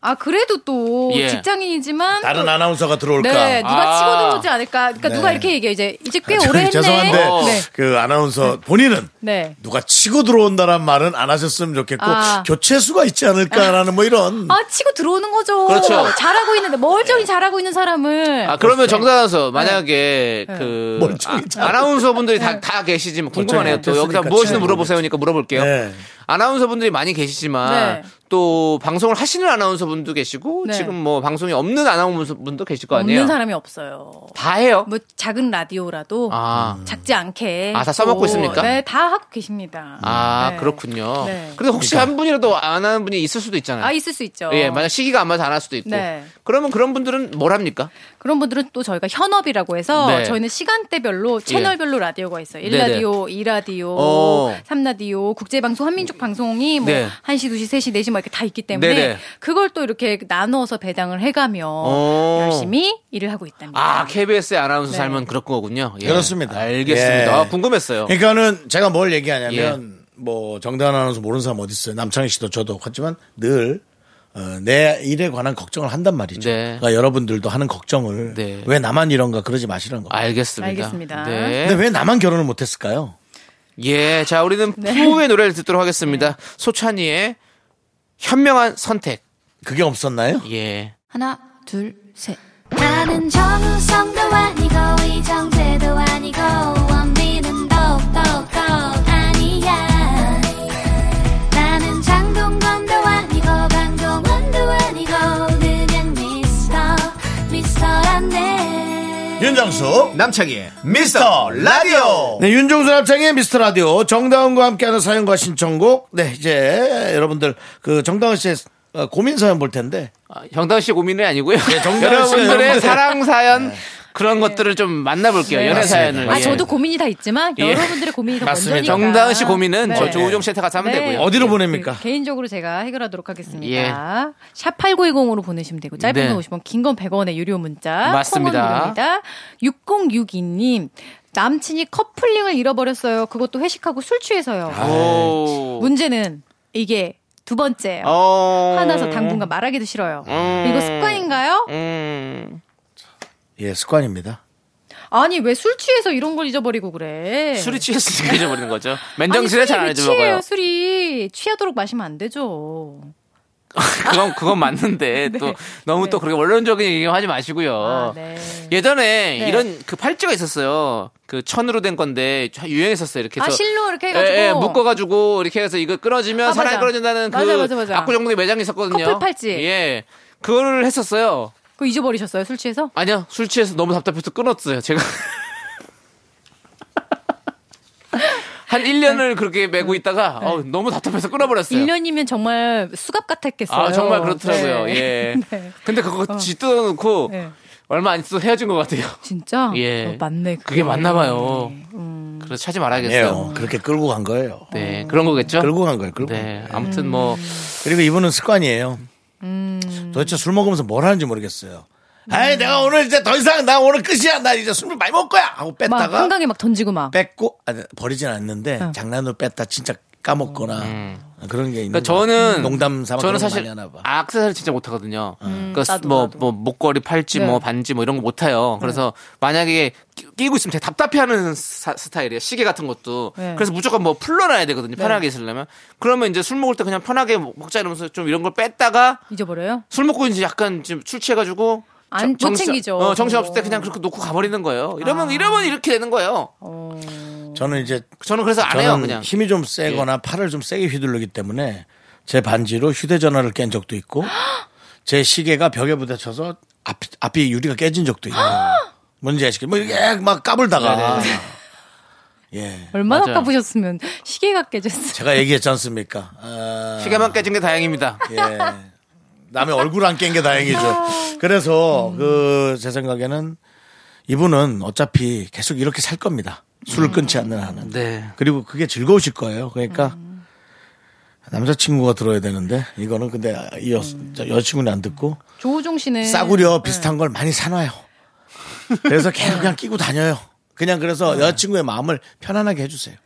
Speaker 4: 아 그래도 또
Speaker 2: 예.
Speaker 4: 직장인이지만
Speaker 1: 다른 아나운서가 들어올까?
Speaker 4: 네 누가
Speaker 2: 아.
Speaker 4: 치고 들어오지 않을까 그러니까
Speaker 1: 네. 아,
Speaker 4: 누가 이렇게 얘기해 이제 이제 꽤
Speaker 1: 저기
Speaker 4: 오래 했네
Speaker 1: 죄송한데
Speaker 2: 어.
Speaker 4: 네.
Speaker 1: 그 아나운서 본인은
Speaker 4: 네.
Speaker 1: 누가 치고 들어온다란 말은 안 하셨으면 좋겠고
Speaker 4: 아.
Speaker 1: 교체 수가 있지 않을까라는 뭐 이런
Speaker 4: 아 치고 들어오는 거죠
Speaker 2: 그렇죠.
Speaker 4: 잘하고 있는데 멀쩡히 잘하고 있는 사람을
Speaker 2: 아, 그러면 정다나서 만약에 그
Speaker 1: 멀쩡히
Speaker 2: 아, 나운서분들이 다, 다 계시지만 궁금하네요. 또
Speaker 1: 멀쩡히
Speaker 2: 여기다
Speaker 1: 됐으니까
Speaker 2: 무엇이든
Speaker 1: 잘
Speaker 2: 물어보세요니까 물어볼게요.
Speaker 1: 네.
Speaker 2: 아나운서분들이 많이 계시지만
Speaker 4: 네.
Speaker 2: 또 방송을 하시는 아나운서분도 계시고
Speaker 4: 네.
Speaker 2: 지금 뭐 방송이 없는 아나운서분도 계실 거 아니에요.
Speaker 4: 없는 사람이 없어요
Speaker 2: 다 해요.
Speaker 4: 뭐 작은 라디오라도
Speaker 2: 아.
Speaker 4: 작지 않게
Speaker 2: 아, 다 써먹고
Speaker 4: 또,
Speaker 2: 있습니까?
Speaker 4: 네, 다 하고 계십니다.
Speaker 2: 아
Speaker 4: 네.
Speaker 2: 그렇군요.
Speaker 4: 네.
Speaker 2: 그래서 혹시
Speaker 1: 그러니까.
Speaker 2: 한 분이라도 안 하는 분이 있을 수도 있잖아요.
Speaker 4: 아 있을 수 있죠.
Speaker 2: 예, 만약 시기가 안 맞아서 안 할 수도 있고.
Speaker 4: 네.
Speaker 2: 그러면 그런 분들은 뭘 합니까?
Speaker 4: 그런 분들은 또 저희가 현업이라고 해서
Speaker 2: 네. 예.
Speaker 4: 저희는 시간대별로 채널별로 라디오가 있어요.
Speaker 2: 네네.
Speaker 4: 1라디오, 이 2라디오,
Speaker 2: 어.
Speaker 4: 3라디오, 국제방송, 한민족 방송이 뭐
Speaker 2: 네.
Speaker 4: 1시, 2시, 3시, 4시 막 이렇게 다 있기 때문에
Speaker 2: 네네.
Speaker 4: 그걸 또 이렇게 나누어서 배당을 해가며
Speaker 2: 어.
Speaker 4: 열심히 일을 하고 있답니다.
Speaker 2: 아, KBS의 아나운서
Speaker 4: 네.
Speaker 2: 삶은 그런 거군요. 예.
Speaker 1: 그렇습니다.
Speaker 2: 알겠습니다.
Speaker 1: 예.
Speaker 2: 아, 궁금했어요. 예.
Speaker 1: 그러니까는 제가 뭘 얘기하냐면 뭐 정대한 아나운서 모르는 사람 어디 있어요. 남창희 씨도 저도 하지만 늘 어, 내 일에 관한 걱정을 한단 말이죠.
Speaker 2: 네.
Speaker 1: 그러니까 여러분들도 하는 걱정을
Speaker 2: 네. 아,
Speaker 1: 왜 나만 이런가 그러지 마시라는 거.
Speaker 2: 알겠습니다.
Speaker 4: 알겠습니다.
Speaker 2: 네.
Speaker 1: 근데 왜 나만 결혼을 못했을까요?
Speaker 2: 예, 자, 우리는
Speaker 4: 네.
Speaker 2: 푸우의 노래를 듣도록 하겠습니다. 소찬이의 현명한 선택.
Speaker 1: 그게 없었나요?
Speaker 2: 예.
Speaker 4: 하나, 둘, 셋.
Speaker 6: 나는 정우성도 아니고 이정재도 아니고 원빈은 더욱더 아니야 나는 장동건도 아니고 강동원도 아니고 그냥 미스터 미스터란데
Speaker 1: 윤정수 남창희의 미스터 라디오 네 윤정수 남창희의 미스터 라디오 정다은과 함께하는 사연과 신청곡 네 이제 여러분들 그 정다은 씨의 어, 고민 사연 볼 텐데
Speaker 2: 아, 정다은 씨 고민이 아니고요.
Speaker 4: 네,
Speaker 1: 정다은 씨
Speaker 2: 여러분들의
Speaker 1: 여러분들.
Speaker 2: 사랑 사연 그런 것들을 좀 만나볼게요. 연애 사연을.
Speaker 4: 아
Speaker 2: 예.
Speaker 4: 저도 고민이 다 있지만
Speaker 2: 예.
Speaker 4: 여러분들의 고민이 더
Speaker 1: 맞습니다.
Speaker 4: 먼저니까.
Speaker 2: 정다은 씨 고민은
Speaker 4: 네.
Speaker 2: 저 조우종 씨한테 가서 하면
Speaker 4: 네.
Speaker 2: 되고요.
Speaker 1: 어디로 보냅니까?
Speaker 4: 그 개인적으로 제가 해결하도록
Speaker 2: 예.
Speaker 4: 하겠습니다. 샵 8910으로 보내시면 되고 짧은
Speaker 2: 네.
Speaker 4: 건 50원, 긴 건 100원의 유료 문자.
Speaker 2: 맞습니다.
Speaker 4: 콩은 무료입니다. 6062님 남친이 커플링을 잃어버렸어요. 그것도 회식하고 술 취해서요.
Speaker 2: 아, 네. 오.
Speaker 4: 문제는 이게 두 번째예요.
Speaker 2: 어.
Speaker 4: 화나서 당분간 말하기도 싫어요. 이거 습관인가요?
Speaker 2: 음.
Speaker 1: 예 습관입니다
Speaker 4: 아니 왜 술 취해서 이런 걸 잊어버리고 그래?
Speaker 2: 술이 취했으니까 잊어버리는 거죠. 맨정신에 잘 안
Speaker 4: 네. 아니, 술이 왜 취해요,
Speaker 2: 잊어먹어요.
Speaker 4: 술이 취하도록 마시면 안 되죠.
Speaker 2: 그건 그건 맞는데 또 너무 또 그렇게 원론적인 얘기 하지 마시고요.
Speaker 4: 네. 아, 네.
Speaker 2: 예전에
Speaker 4: 네.
Speaker 2: 이런 그 팔찌가 있었어요. 그 천으로 된 건데 유행했었어요. 이렇게
Speaker 4: 아
Speaker 2: 해서
Speaker 4: 실로 이렇게 해가지고
Speaker 2: 예, 예, 묶어가지고 이렇게 해서 이거 끊어지면
Speaker 4: 아,
Speaker 2: 사랑이
Speaker 4: 맞아.
Speaker 2: 끊어진다는 그
Speaker 4: 맞아, 맞아, 맞아.
Speaker 2: 압구정동에 매장이 있었거든요.
Speaker 4: 커플 팔찌.
Speaker 2: 예. 그거를 했었어요.
Speaker 4: 그거 잊어버리셨어요 술 취해서?
Speaker 2: 아니요. 술 취해서 너무 답답해서 끊었어요. 제가. 한 1년을 그렇게 메고 있다가 어우, 너무 답답해서 끊어버렸어요.
Speaker 4: 네. 1년이면 정말 수갑 같았겠어요.
Speaker 2: 아, 정말 그렇더라고요.
Speaker 4: 네.
Speaker 2: 예.
Speaker 4: 네.
Speaker 2: 근데 그거 쥐 뜯어놓고
Speaker 4: 네. 음.
Speaker 2: 얼마 안 있어서 헤어진 것 같아요.
Speaker 4: 진짜?
Speaker 2: 예.
Speaker 4: 어, 맞네. 네. 음. 그게.
Speaker 2: 그게 맞나 봐요. 그래서 찾지 말아야겠어요.
Speaker 1: 예요 그렇게 끌고 간 거예요
Speaker 2: 네.
Speaker 4: 음.
Speaker 2: 그런 거겠죠?
Speaker 1: 끌고 간 거예요 끌고
Speaker 2: 네. 아무튼 뭐.
Speaker 1: 그리고 이분은 습관이에요
Speaker 4: 음.
Speaker 1: 도대체 술 먹으면서 뭘 하는지 모르겠어요 아이 내가 오늘 이제 더 이상 나 오늘 끝이야 나 이제 술을 많이 먹을 거야 하고
Speaker 4: 막
Speaker 1: 뺐다가
Speaker 4: 한강에 어. 막 던지고 막.
Speaker 1: 뺐고 아니, 버리진 않는데 장난으로 뺐다 진짜 까먹거나 그런 게 있는 거예요.
Speaker 2: 그러니까 저는
Speaker 1: 농담 삼아
Speaker 2: 저는
Speaker 1: 그런 거
Speaker 2: 사실
Speaker 1: 많이 하나 봐. 음.
Speaker 2: 악세사리 진짜 못하거든요. 그러니까
Speaker 4: 음, 나도,
Speaker 2: 뭐,
Speaker 4: 나도.
Speaker 2: 뭐 목걸이, 팔찌,
Speaker 4: 네.
Speaker 2: 뭐 반지 뭐 이런 거 못해요. 그래서 만약에 끼- 끼고 있으면 되게 답답해하는 사- 스타일이에요. 시계 같은 것도.
Speaker 4: 네.
Speaker 2: 그래서 무조건 뭐 풀러놔야 되거든요. 편하게 있으려면. 그러면 이제 술 먹을 때 그냥 편하게 먹자 이러면서 좀 이런 걸 뺐다가
Speaker 4: 잊어버려요?
Speaker 2: 술 먹고 이제 약간 지금 술 취해가지고
Speaker 4: 안-
Speaker 2: 정-
Speaker 4: 못
Speaker 2: 정신-
Speaker 4: 챙기죠. 네. 아.
Speaker 2: 어, 정신 없을 때
Speaker 4: 그거.
Speaker 2: 그냥 그렇게 놓고 가버리는 거예요. 이러면 이러면 이렇게 되는 거예요.
Speaker 1: 저는 이제
Speaker 2: 저는 그래서 안 해요
Speaker 1: 저는
Speaker 2: 그냥. 예.
Speaker 1: 힘이 좀 세거나 팔을 좀 세게 휘두르기 때문에 제 반지로 휴대전화를 깬 적도 있고 제 시계가 벽에 부딪혀서 앞, 앞이 유리가 깨진 적도 있고 뭔지 아시겠죠? 뭐 이게 막
Speaker 2: 네,
Speaker 1: 까불다가 예
Speaker 4: 얼마나
Speaker 2: 맞아요.
Speaker 4: 까부셨으면 시계가 깨졌어요.
Speaker 1: 제가 얘기했지 않습니까? 아,
Speaker 2: 시계만 깨진 게 다행입니다.
Speaker 1: 예. 남의 얼굴 안 깬 게 다행이죠.
Speaker 2: 음.
Speaker 1: 그래서 그 제 생각에는 이분은 어차피 계속 이렇게 살 겁니다. 술을 끊지 않는 한은.
Speaker 2: 네.
Speaker 1: 그리고 그게 즐거우실 거예요. 그러니까
Speaker 4: 음.
Speaker 1: 남자친구가 들어야 되는데 이거는 근데 이 여,
Speaker 4: 음.
Speaker 1: 여자친구는 안 듣고
Speaker 4: 조우종 씨는 네.
Speaker 1: 싸구려 비슷한 걸 많이 사놔요. 그래서 계속 그냥 끼고 다녀요. 그냥 그래서
Speaker 4: 네.
Speaker 1: 여자친구의 마음을 편안하게 해주세요.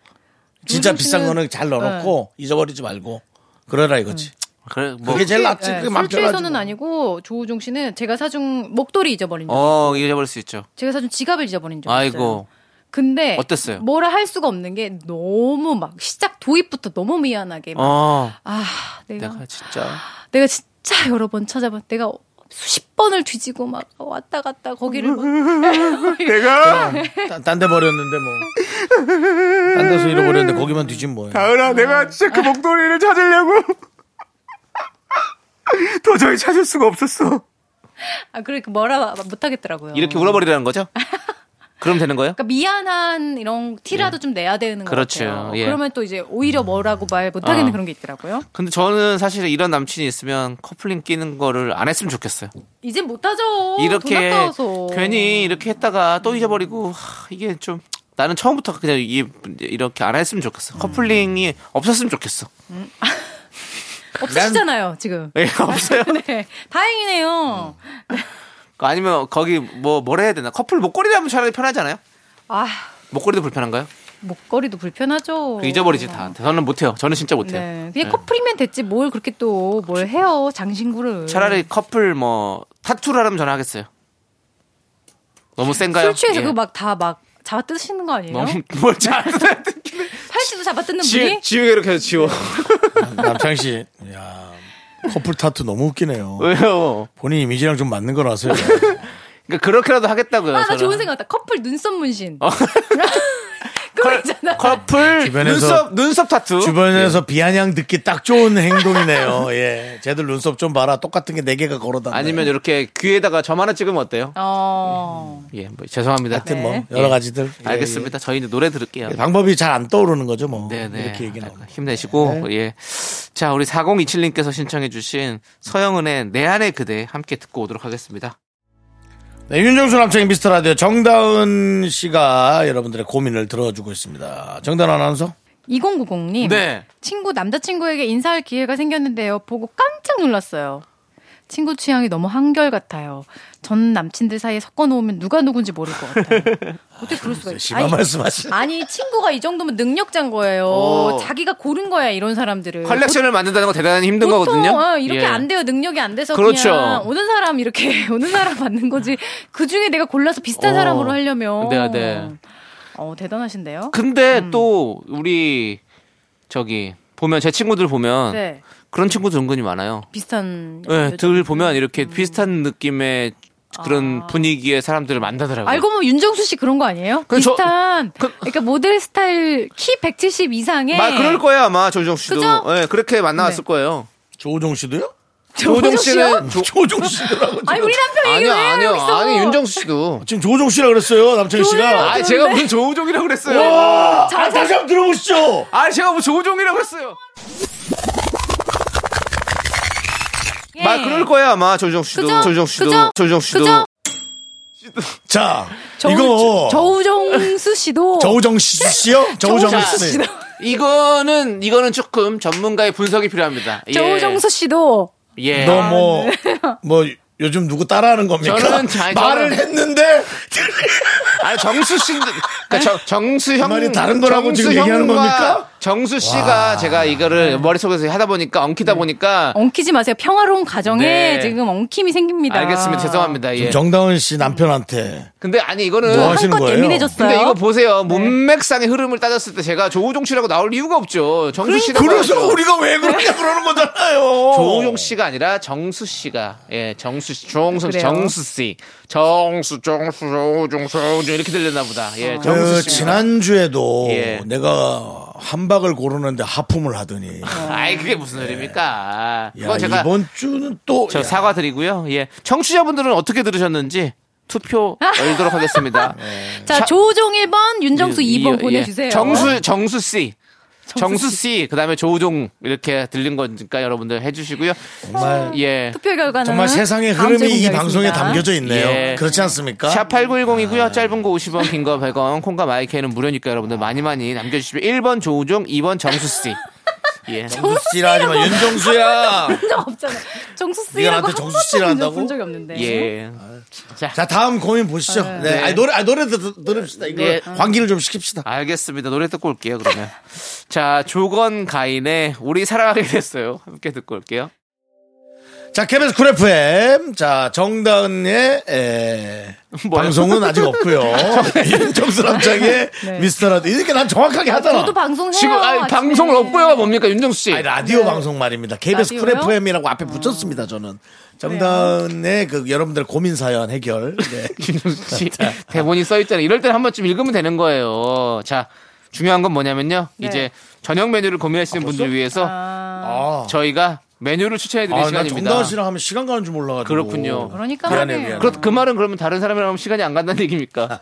Speaker 1: 진짜
Speaker 4: 요즘
Speaker 1: 비싼
Speaker 4: 씨는- 네.
Speaker 1: 거는 잘 넣어놓고 잊어버리지 말고 그러라 이거지.
Speaker 2: 그래 뭐.
Speaker 1: 그게 제일 낫지.
Speaker 4: 음. 네,
Speaker 1: 그게
Speaker 4: 술 취해서는
Speaker 1: 막혀가지고.
Speaker 4: 아니고 조우종 씨는 제가 사준 목도리 잊어버린 적
Speaker 2: 어 잊어버릴 수 있죠.
Speaker 4: 제가 사준 지갑을 잊어버린 적 있어요.
Speaker 2: 아이고
Speaker 4: 근데
Speaker 2: 어땠어요?
Speaker 4: 뭐라 할 수가 없는 게 너무 막 시작 도입부터 너무 미안하게 막
Speaker 2: 어
Speaker 4: 아 내가
Speaker 2: 내가 진짜
Speaker 4: 내가 진짜 여러 번 찾아봤 내가 수십 번을 뒤지고 막 왔다 갔다 거기를 막
Speaker 2: 내가
Speaker 1: 뭐. 딴 데 버렸는데 뭐. 딴 데서 잃어버렸는데 거기만 뒤진 뭐예요.
Speaker 2: 다은아 내가 진짜 그 목도리를 찾으려고 도저히 찾을 수가 없었어.
Speaker 4: 아, 그러니까 뭐라 못 하겠더라고요.
Speaker 2: 이렇게 울어버리라는 거죠? 그럼 되는 거예요?
Speaker 4: 그러니까 미안한 이런 티라도 좀 내야 되는 거
Speaker 2: 예. 그렇죠.
Speaker 4: 같아요.
Speaker 2: 예.
Speaker 4: 그러면 또 이제 오히려 뭐라고 말 못 하겠는
Speaker 2: 어.
Speaker 4: 그런 게 있더라고요.
Speaker 2: 근데 저는 사실 이런 남친이 있으면 커플링 끼는 거를 안 했으면 좋겠어요.
Speaker 4: 이제 못 하죠. 돈
Speaker 2: 이렇게
Speaker 4: 아까워서.
Speaker 2: 괜히 이렇게 했다가 또 잊어버리고 하, 이게 좀 나는 처음부터 그냥 이, 이렇게 안 했으면 좋겠어. 커플링이 없었으면 좋겠어.
Speaker 4: 없으시잖아요, 지금.
Speaker 2: 예, 없어요?
Speaker 4: 네. 다행이네요.
Speaker 2: 음. 아니면 거기 뭐 뭘 해야 되나? 커플 목걸이라면 차라리 편하잖아요.
Speaker 4: 아,
Speaker 2: 목걸이도 불편한가요?
Speaker 4: 목걸이도 불편하죠.
Speaker 2: 그 잊어버리지 다. 저는 못해요. 저는 진짜 못해요.
Speaker 4: 네. 그냥
Speaker 2: 예.
Speaker 4: 커플이면 됐지 뭘 그렇게 또 뭘 해요, 장신구를.
Speaker 2: 차라리 커플 뭐 타투를 하면 저는 하겠어요. 너무 센가요?
Speaker 4: 술 취해서
Speaker 2: 예.
Speaker 4: 그거 막 다 막 잡아 뜯으시는 거 아니에요?
Speaker 2: 너무 뭘 잘해.
Speaker 4: 팔찌도 잡아 뜯는 분이?
Speaker 2: 지우개로 계속 지워.
Speaker 1: 남창 씨, 야 커플 타투 너무 웃기네요.
Speaker 2: 왜요?
Speaker 1: 본인 이미지랑 좀 맞는 거라서요.
Speaker 2: 그러니까 그렇게라도 하겠다고요.
Speaker 4: 아, 나
Speaker 2: 저는.
Speaker 4: 좋은 생각 났다. 커플 눈썹 문신.
Speaker 2: 어.
Speaker 4: 그거 있잖아.
Speaker 2: 커플
Speaker 1: 주변에서-
Speaker 2: 눈썹 눈썹 타투.
Speaker 1: 주변에서 비아냥 듣기 딱 좋은 행동이네요. 예, 쟤들 눈썹 좀 봐라. 똑같은 게 네 개가 걸어다.
Speaker 2: 예. 아니면 이렇게 귀에다가 점 하나 찍으면 어때요?
Speaker 4: 어.
Speaker 2: 예, 뭐 죄송합니다.
Speaker 1: 하여튼 뭐
Speaker 4: 네.
Speaker 1: 여러 가지들. 예,
Speaker 2: 알겠습니다. 저희 이제 노래 들을게요.
Speaker 1: 예. 방법이 잘 안 떠오르는 거죠, 뭐.
Speaker 2: 네네.
Speaker 1: 이렇게 얘기는.
Speaker 4: 네,
Speaker 2: 힘내시고 예. 자, 우리 4027님께서 신청해주신 서영은의 내 안의 그대 함께 듣고 오도록 하겠습니다.
Speaker 1: 네, 윤정수 남창의 미스터 라디오 정다은 씨가 여러분들의 고민을 들어주고 있습니다. 정다은 아나운서?
Speaker 4: 2090님.
Speaker 2: 네.
Speaker 4: 친구 남자친구에게 인사할 기회가 생겼는데요. 보고 깜짝 놀랐어요. 친구 취향이 너무 한결같아요. 전 남친들 사이에 섞어놓으면 누가 누군지 모를 것 같아요. 어떻게 그럴 수가 있지?
Speaker 1: 심한 말씀하시
Speaker 4: 아니 친구가 이 정도면 능력자인 거예요.
Speaker 2: 오.
Speaker 4: 자기가 고른 거야 이런 사람들을.
Speaker 2: 컬렉션을 만든다는 건 대단히 힘든
Speaker 4: 네, 보통
Speaker 2: 거거든요.
Speaker 4: 어, 이렇게
Speaker 2: 예.
Speaker 4: 안 돼요 능력이 안 돼서
Speaker 2: 그렇죠.
Speaker 4: 그냥 오는 사람 이렇게 오는 사람 받는 거지. 그 중에 내가 골라서 비슷한
Speaker 2: 어.
Speaker 4: 사람으로 하려면.
Speaker 2: 네, 그- 네.
Speaker 4: 어 대단하신데요.
Speaker 2: 근데
Speaker 4: 음.
Speaker 2: 또 우리 저기 보면 제 친구들 보면
Speaker 4: 네
Speaker 2: 그런 친구들 은근히 많아요.
Speaker 4: 비슷한.
Speaker 2: 네,
Speaker 4: 여자-
Speaker 2: 들 보면 이렇게 비슷한 느낌의
Speaker 4: 아.
Speaker 2: 그런 분위기의 사람들을 만나더라고요.
Speaker 4: 알고 보면 윤정수 씨 그런 거 아니에요?
Speaker 2: 그 저-
Speaker 4: 비슷한. 그, 러니까 모델 스타일 키 170 이상의.
Speaker 2: 마, 그럴 거예요 아마 조정수 씨도
Speaker 4: 그죠?
Speaker 2: 예 그렇게 만나왔을
Speaker 4: 네.
Speaker 2: 거예요.
Speaker 1: 조우종 씨도요?
Speaker 4: 조우종 씨는
Speaker 1: 조우종 씨더라고.
Speaker 4: 아니 우리 남편 얘기
Speaker 2: 아니요
Speaker 4: 왜 해요
Speaker 2: 아니요
Speaker 4: 여기서?
Speaker 2: 아니 윤정수 씨도.
Speaker 1: 지금 조우종 씨라 그랬어요, 남창희 씨가.
Speaker 2: 아 제가 무슨 조우종이라고 그랬어요.
Speaker 1: 와! 아, 다시 한번 들어보시죠!
Speaker 2: 아 제가 뭐 조우종이라고 그랬어요.
Speaker 1: 네.
Speaker 4: 예.
Speaker 2: 마 그럴 거예요 아마 조정수
Speaker 4: 그죠?
Speaker 2: 씨도 조정수
Speaker 4: 그죠?
Speaker 2: 씨도 조정수
Speaker 4: 그죠?
Speaker 2: 씨도
Speaker 1: 자,
Speaker 4: 저우,
Speaker 1: 이거.
Speaker 4: 저우정수 씨도
Speaker 1: 저우정 씨- 씨요? 저우정
Speaker 4: 저우정
Speaker 1: 씨.
Speaker 4: 씨도
Speaker 2: 이거는 이거는 조금 전문가의 분석이 필요합니다. 예.
Speaker 4: 저우정수 씨도
Speaker 2: 예.
Speaker 1: 너 뭐, 뭐, 요즘 누구 따라하는 겁니까?
Speaker 2: 저는 잘-
Speaker 1: 말을
Speaker 2: 저는-
Speaker 1: 했는데,
Speaker 2: 아니 정수 씨 그러니까 정, 정수 형
Speaker 1: 말이 다른 거라고
Speaker 2: 정수
Speaker 1: 지금 얘기하는
Speaker 2: 형과
Speaker 1: 겁니까?
Speaker 2: 정수 씨가 제가 이거를 머릿속에서 하다 보니까 엉키다 보니까
Speaker 4: 아, 엉키지 마세요. 평화로운 가정에
Speaker 2: 네.
Speaker 4: 지금 엉킴이 생깁니다.
Speaker 2: 알겠습니다. 죄송합니다. 예.
Speaker 1: 정다은 씨 남편한테.
Speaker 2: 근데 아니 이거는
Speaker 1: 뭐 하시는
Speaker 4: 그 한껏
Speaker 1: 거예요?
Speaker 4: 예민해졌어요. 네.
Speaker 2: 근데 이거 보세요. 문맥상의 흐름을 따졌을 때 제가 조우종 씨라고 나올 이유가 없죠. 정수
Speaker 4: 그러니까
Speaker 2: 씨가
Speaker 1: 그래서
Speaker 2: 나와야죠.
Speaker 1: 우리가 왜 그러냐 그러는 거잖아요.
Speaker 4: 어.
Speaker 2: 조우종 씨가 아니라 정수 씨가 예 정수 씨 정수
Speaker 4: 그래요?
Speaker 2: 정수 씨 정수 정수 조우종 조우종 이렇게 들렸나 보다 예
Speaker 4: 어.
Speaker 2: 정수
Speaker 1: 그
Speaker 2: 씨
Speaker 1: 지난주에도
Speaker 2: 예.
Speaker 1: 내가 한박을 고르는데 하품을 하더니
Speaker 2: 아이 그게 무슨 소리입니까
Speaker 1: 야,
Speaker 2: 그건 제가
Speaker 1: 이번 주는 또
Speaker 2: 저
Speaker 1: 야,
Speaker 2: 사과드리고요 예 청취자분들은 어떻게 들으셨는지 투표 열도록 하겠습니다
Speaker 1: 네.
Speaker 4: 자,
Speaker 2: 자-
Speaker 4: 조우종 1번, 윤정수
Speaker 2: 이-
Speaker 4: 어, 2번
Speaker 2: 이-
Speaker 4: 보내주세요.
Speaker 2: 예. 정수 정수 씨
Speaker 4: 정수
Speaker 2: 정수 씨 그다음에 조우종 이렇게 들린 거니까 여러분들 해주시고요
Speaker 1: 정말
Speaker 2: 예
Speaker 4: 투표 결과는
Speaker 1: 정말 세상의
Speaker 4: 다음 주에
Speaker 1: 흐름이 이
Speaker 4: 공개하겠습니다.
Speaker 1: 방송에 담겨져 있네요.
Speaker 2: 예.
Speaker 1: 그렇지 않습니까?
Speaker 2: 샵
Speaker 1: 아, 네.
Speaker 2: 8910이고요. 짧은 거 50원, 긴 거 100원. 콩과 마이크는 무료니까 여러분들 많이 많이 남겨 주시고요. 1번 조우종, 2번 정수 씨. 예.
Speaker 1: 정수 씨라 하지만 윤정수야.
Speaker 4: 그런 적 없잖아. 정수 씨라고
Speaker 1: 네가 나한테
Speaker 4: 한
Speaker 1: 정수 씨라
Speaker 4: 번도
Speaker 1: 한다고?
Speaker 4: 본 적이 없는데.
Speaker 2: 예.
Speaker 1: 자 다음 고민 보시죠. 네, 아니, 노래 아, 노래 들- 들읍시다. 이거
Speaker 2: 네.
Speaker 1: 관계를 좀 시킵시다.
Speaker 2: 알겠습니다. 노래 듣고 올게요, 그러면. 자, 조건 가인의 우리 사랑하게 됐어요. 함께 듣고 올게요.
Speaker 1: 자 KBS 쿨 FM 자 정다은의 에,
Speaker 2: 뭐요? 네.
Speaker 1: 방송은 아직 없고요. 윤정수 남창의 미스터 라디오 이렇게 난 정확하게 하잖아.
Speaker 4: 네. 저도 방송해요.
Speaker 2: 지금 아니,
Speaker 4: 아침에.
Speaker 2: 방송을 없고요, 뭡니까, 윤정수 씨?
Speaker 1: 네. 아니, 라디오 방송 말입니다. KBS 쿨
Speaker 4: 네. 라디오요? 아. 네.
Speaker 1: FM이라고 앞에 붙였습니다. 저는 정다은의 그 여러분들 고민 사연 해결. 네.
Speaker 2: 윤정수 씨 대본이 써 있잖아요. 이럴 때는 한 번쯤 읽으면 되는 거예요. 자, 중요한 건 뭐냐면요.
Speaker 4: 네.
Speaker 2: 이제 저녁 메뉴를 고민하시는 분들 위해서
Speaker 1: 아,
Speaker 2: 저희가 메뉴를 추천해 드릴
Speaker 1: 아, 난
Speaker 2: 시간입니다.
Speaker 1: 정다은 씨랑 하면 시간 가는 줄 몰라가지고.
Speaker 2: 그렇군요.
Speaker 4: 그러니까
Speaker 1: 미안해,
Speaker 4: 하네요.
Speaker 1: 미안해.
Speaker 2: 그렇, 그 말은 그러면 다른 사람이랑 하면 시간이 안 간다는 얘기입니까?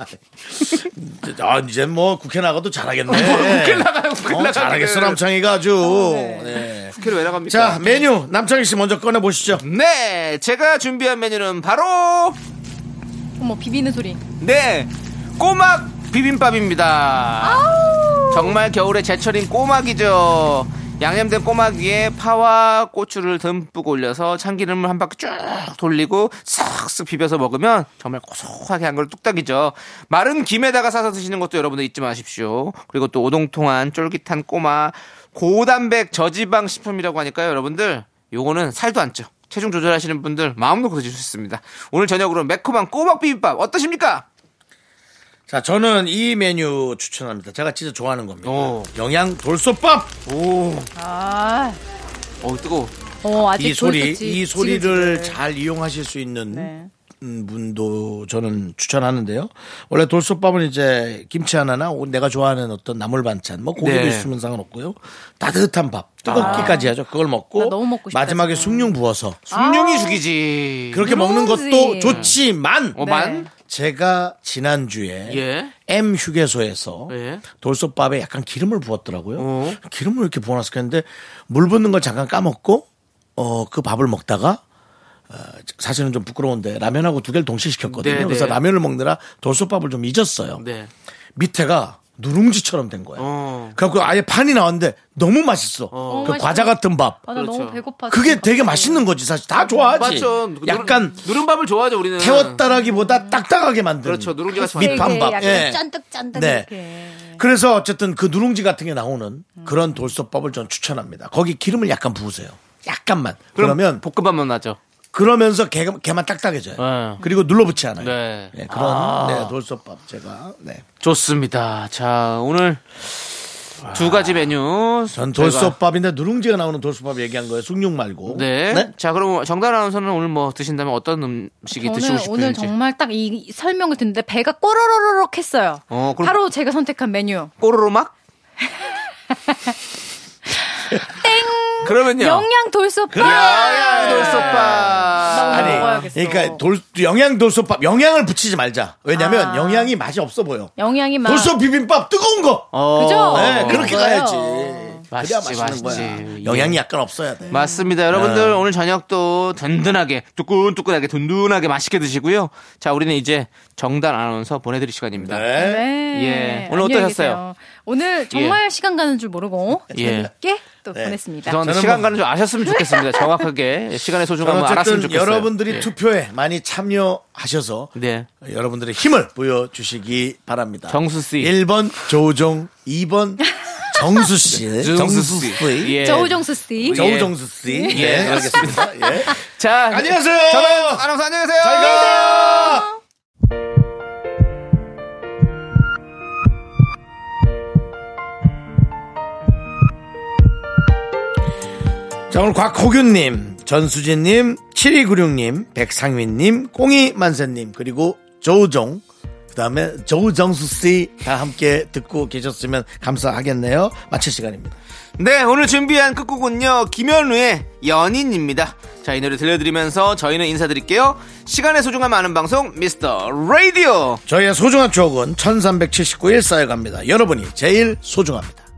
Speaker 1: 아, 이제 뭐 국회 나가도 잘하겠네. 국회
Speaker 2: 나가요, 뭐 국회 나가요.
Speaker 1: 잘하겠어, 남창희가 아주. 네.
Speaker 2: 국회를 왜 나갑니까?
Speaker 1: 자, 메뉴. 남창희 씨 먼저 꺼내보시죠.
Speaker 2: 네, 제가 준비한 메뉴는 바로
Speaker 4: 어머 비비는 소리.
Speaker 2: 네, 꼬막 비빔밥입니다. 정말 겨울에 제철인 꼬막이죠. 양념된 꼬막 위에 파와 고추를 듬뿍 올려서 참기름을 한 바퀴 쭉 돌리고 싹쓱 비벼서 먹으면 정말 고소하게 한 걸 뚝딱이죠. 마른 김에다가 싸서 드시는 것도 여러분들 잊지 마십시오. 그리고 또 오동통한 쫄깃한 꼬막, 고단백 저지방 식품이라고 하니까요, 여러분들. 요거는 살도 안 쪄. 체중 조절하시는 분들 마음 놓고 드실 수 있습니다. 오늘 저녁으로 매콤한 꼬막 비빔밥 어떠십니까?
Speaker 1: 자, 저는 이 메뉴 추천합니다. 제가 진짜 좋아하는 겁니다.
Speaker 2: 오.
Speaker 1: 영양 돌솥밥!
Speaker 2: 오,
Speaker 4: 아,
Speaker 2: 어 뜨거워.
Speaker 4: 어 아직
Speaker 1: 이 소리,
Speaker 4: 돌솥이
Speaker 1: 이 소리를
Speaker 4: 지글지글.
Speaker 1: 잘 이용하실 수 있는
Speaker 4: 네.
Speaker 1: 음, 분도 저는 추천하는데요. 원래 돌솥밥은 이제 김치 하나나 오- 내가 좋아하는 어떤 나물 반찬, 뭐 고기도
Speaker 2: 네.
Speaker 1: 있으면 상관없고요. 따뜻한 밥, 뜨겁기까지 하죠. 그걸
Speaker 4: 아. 나
Speaker 1: 먹고
Speaker 4: 너무 먹고 아. 싶다,
Speaker 1: 마지막에
Speaker 4: 지금.
Speaker 1: 숭늉 부어서
Speaker 2: 분명히 죽이지.
Speaker 1: 그렇게 먹는 것도
Speaker 4: 그러지.
Speaker 1: 좋지만
Speaker 2: 어, 만?
Speaker 1: 제가 지난주에
Speaker 2: 예.
Speaker 1: M 휴게소에서
Speaker 2: 예.
Speaker 1: 돌솥밥에 약간 기름을 부었더라고요.
Speaker 2: 어.
Speaker 1: 기름을 이렇게 부어놨을 텐데 물 붓는 걸 잠깐 까먹고 어 그 밥을 먹다가 어, 사실은 좀 부끄러운데 라면하고 두 개를 동시에 시켰거든요.
Speaker 2: 네,
Speaker 1: 그래서
Speaker 2: 네.
Speaker 1: 라면을 먹느라 돌솥밥을 좀 잊었어요.
Speaker 2: 네.
Speaker 1: 밑에가 누룽지처럼 된 거예요.
Speaker 2: 어.
Speaker 1: 그래갖고 아예 판이 나왔는데 너무 맛있어.
Speaker 4: 어,
Speaker 1: 그
Speaker 4: 맛있어.
Speaker 1: 과자 같은 밥.
Speaker 4: 아, 나
Speaker 2: 그렇죠.
Speaker 4: 너무 배고파.
Speaker 1: 그게 되게 맛있는 거지 사실 다 좋아하지.
Speaker 2: 맞죠.
Speaker 1: 약간
Speaker 2: 누른밥을 좋아하죠 우리는.
Speaker 1: 태웠다라기보다 딱딱하게 만드는.
Speaker 2: 그렇죠. 누룽지가 좋아.
Speaker 4: 되게
Speaker 1: 밑반밥.
Speaker 4: 네, 약간
Speaker 1: 예.
Speaker 4: 짠득짠득
Speaker 1: 네.
Speaker 4: 이렇게. 음.
Speaker 1: 그래서 어쨌든 그 누룽지 같은 게 나오는 그런 돌솥밥을 전 추천합니다. 거기 기름을 약간 부으세요. 약간만. 그러면
Speaker 2: 볶음밥만 나죠.
Speaker 1: 그러면서 개, 개만 딱딱해져요.
Speaker 2: 네.
Speaker 1: 그리고 눌러붙지 않아요.
Speaker 2: 네.
Speaker 1: 네, 그런 네, 돌솥밥 제가 네.
Speaker 2: 좋습니다. 자 오늘 두 가지 메뉴.
Speaker 1: 전
Speaker 2: 저희가-
Speaker 1: 돌솥밥인데 누룽지가 나오는 돌솥밥 얘기한 거예요. 숭늉 말고.
Speaker 2: 네. 자 그럼 정단 아나운서는 오늘 뭐 드신다면 어떤 음식이 드시고
Speaker 4: 저는 오늘
Speaker 2: 싶으신지.
Speaker 4: 정말 딱 이 설명을 듣는데 배가 꼬르르륵 했어요.
Speaker 2: 어, 그럼-
Speaker 4: 바로 제가 선택한 메뉴.
Speaker 2: 꼬르르막. 땡. 그러면요.
Speaker 4: 영양 돌솥밥.
Speaker 2: 영양 돌솥밥.
Speaker 4: 아니,
Speaker 1: 아니,
Speaker 4: 먹어야겠어.
Speaker 1: 그러니까 돌 영양 돌솥밥 영양을 붙이지 말자. 왜냐면
Speaker 4: 아.
Speaker 1: 영양이 맛이 없어 보여.
Speaker 4: 영양이 막
Speaker 1: 돌솥 비빔밥 뜨거운 거.
Speaker 2: 어.
Speaker 4: 그죠?
Speaker 1: 네, 그렇게
Speaker 4: 그거요.
Speaker 1: 가야지.
Speaker 2: 맛있지, 예.
Speaker 1: 그래야 맛있는 거야.
Speaker 2: 맛있지.
Speaker 1: 영양이 약간 없어야 돼.
Speaker 2: 맞습니다. 여러분들 오늘 저녁도 든든하게 뜨끈뜨끈하게 든든하게 맛있게 드시고요. 자, 우리는 이제 정단 아나운서 보내드릴 시간입니다.
Speaker 1: 네.
Speaker 4: 네.
Speaker 2: 예. 오늘
Speaker 4: 안녕히
Speaker 2: 어떠셨어요?
Speaker 4: 계세요. 오늘 정말 시간 가는 줄 모르고
Speaker 2: 예.
Speaker 4: 재밌게 또
Speaker 1: 네.
Speaker 4: 보냈습니다.
Speaker 2: 죄송한데
Speaker 1: 저는
Speaker 2: 시간
Speaker 1: 뭐-
Speaker 2: 가는 줄 아셨으면 좋겠습니다. 정확하게
Speaker 1: 저는
Speaker 2: 시간의 소중함을 알았으면
Speaker 1: 어쨌든
Speaker 2: 좋겠어요.
Speaker 1: 여러분들이
Speaker 2: 예.
Speaker 1: 투표에 많이 참여하셔서
Speaker 2: 네.
Speaker 1: 여러분들의 힘을 보여주시기 바랍니다.
Speaker 2: 정수 씨.
Speaker 1: 1번 조우종, 2번 정수 씨,
Speaker 2: 정수 씨. 예.
Speaker 4: 저우정수 씨.
Speaker 1: 정우정수 씨. 네,
Speaker 2: 예,
Speaker 1: 알겠습니다. 예.
Speaker 2: 자,
Speaker 1: 안녕하세요.
Speaker 2: 정단 아나운서 안녕히 계세요.
Speaker 1: 잘 가. 자, 오늘 곽호균님, 전수진님, 7296님, 백상민님, 꽁이만세님, 그리고 조우종, 그 다음에 조우정수씨 다 함께 듣고 계셨으면 감사하겠네요. 마칠 시간입니다.
Speaker 2: 네, 오늘 준비한 끝곡은요. 김현우의 연인입니다. 자, 이 노래 들려드리면서 저희는 인사드릴게요. 시간의 소중함 아는 방송 미스터 라디오.
Speaker 1: 저희의 소중한 추억은 1379일 쌓여갑니다. 여러분이 제일 소중합니다.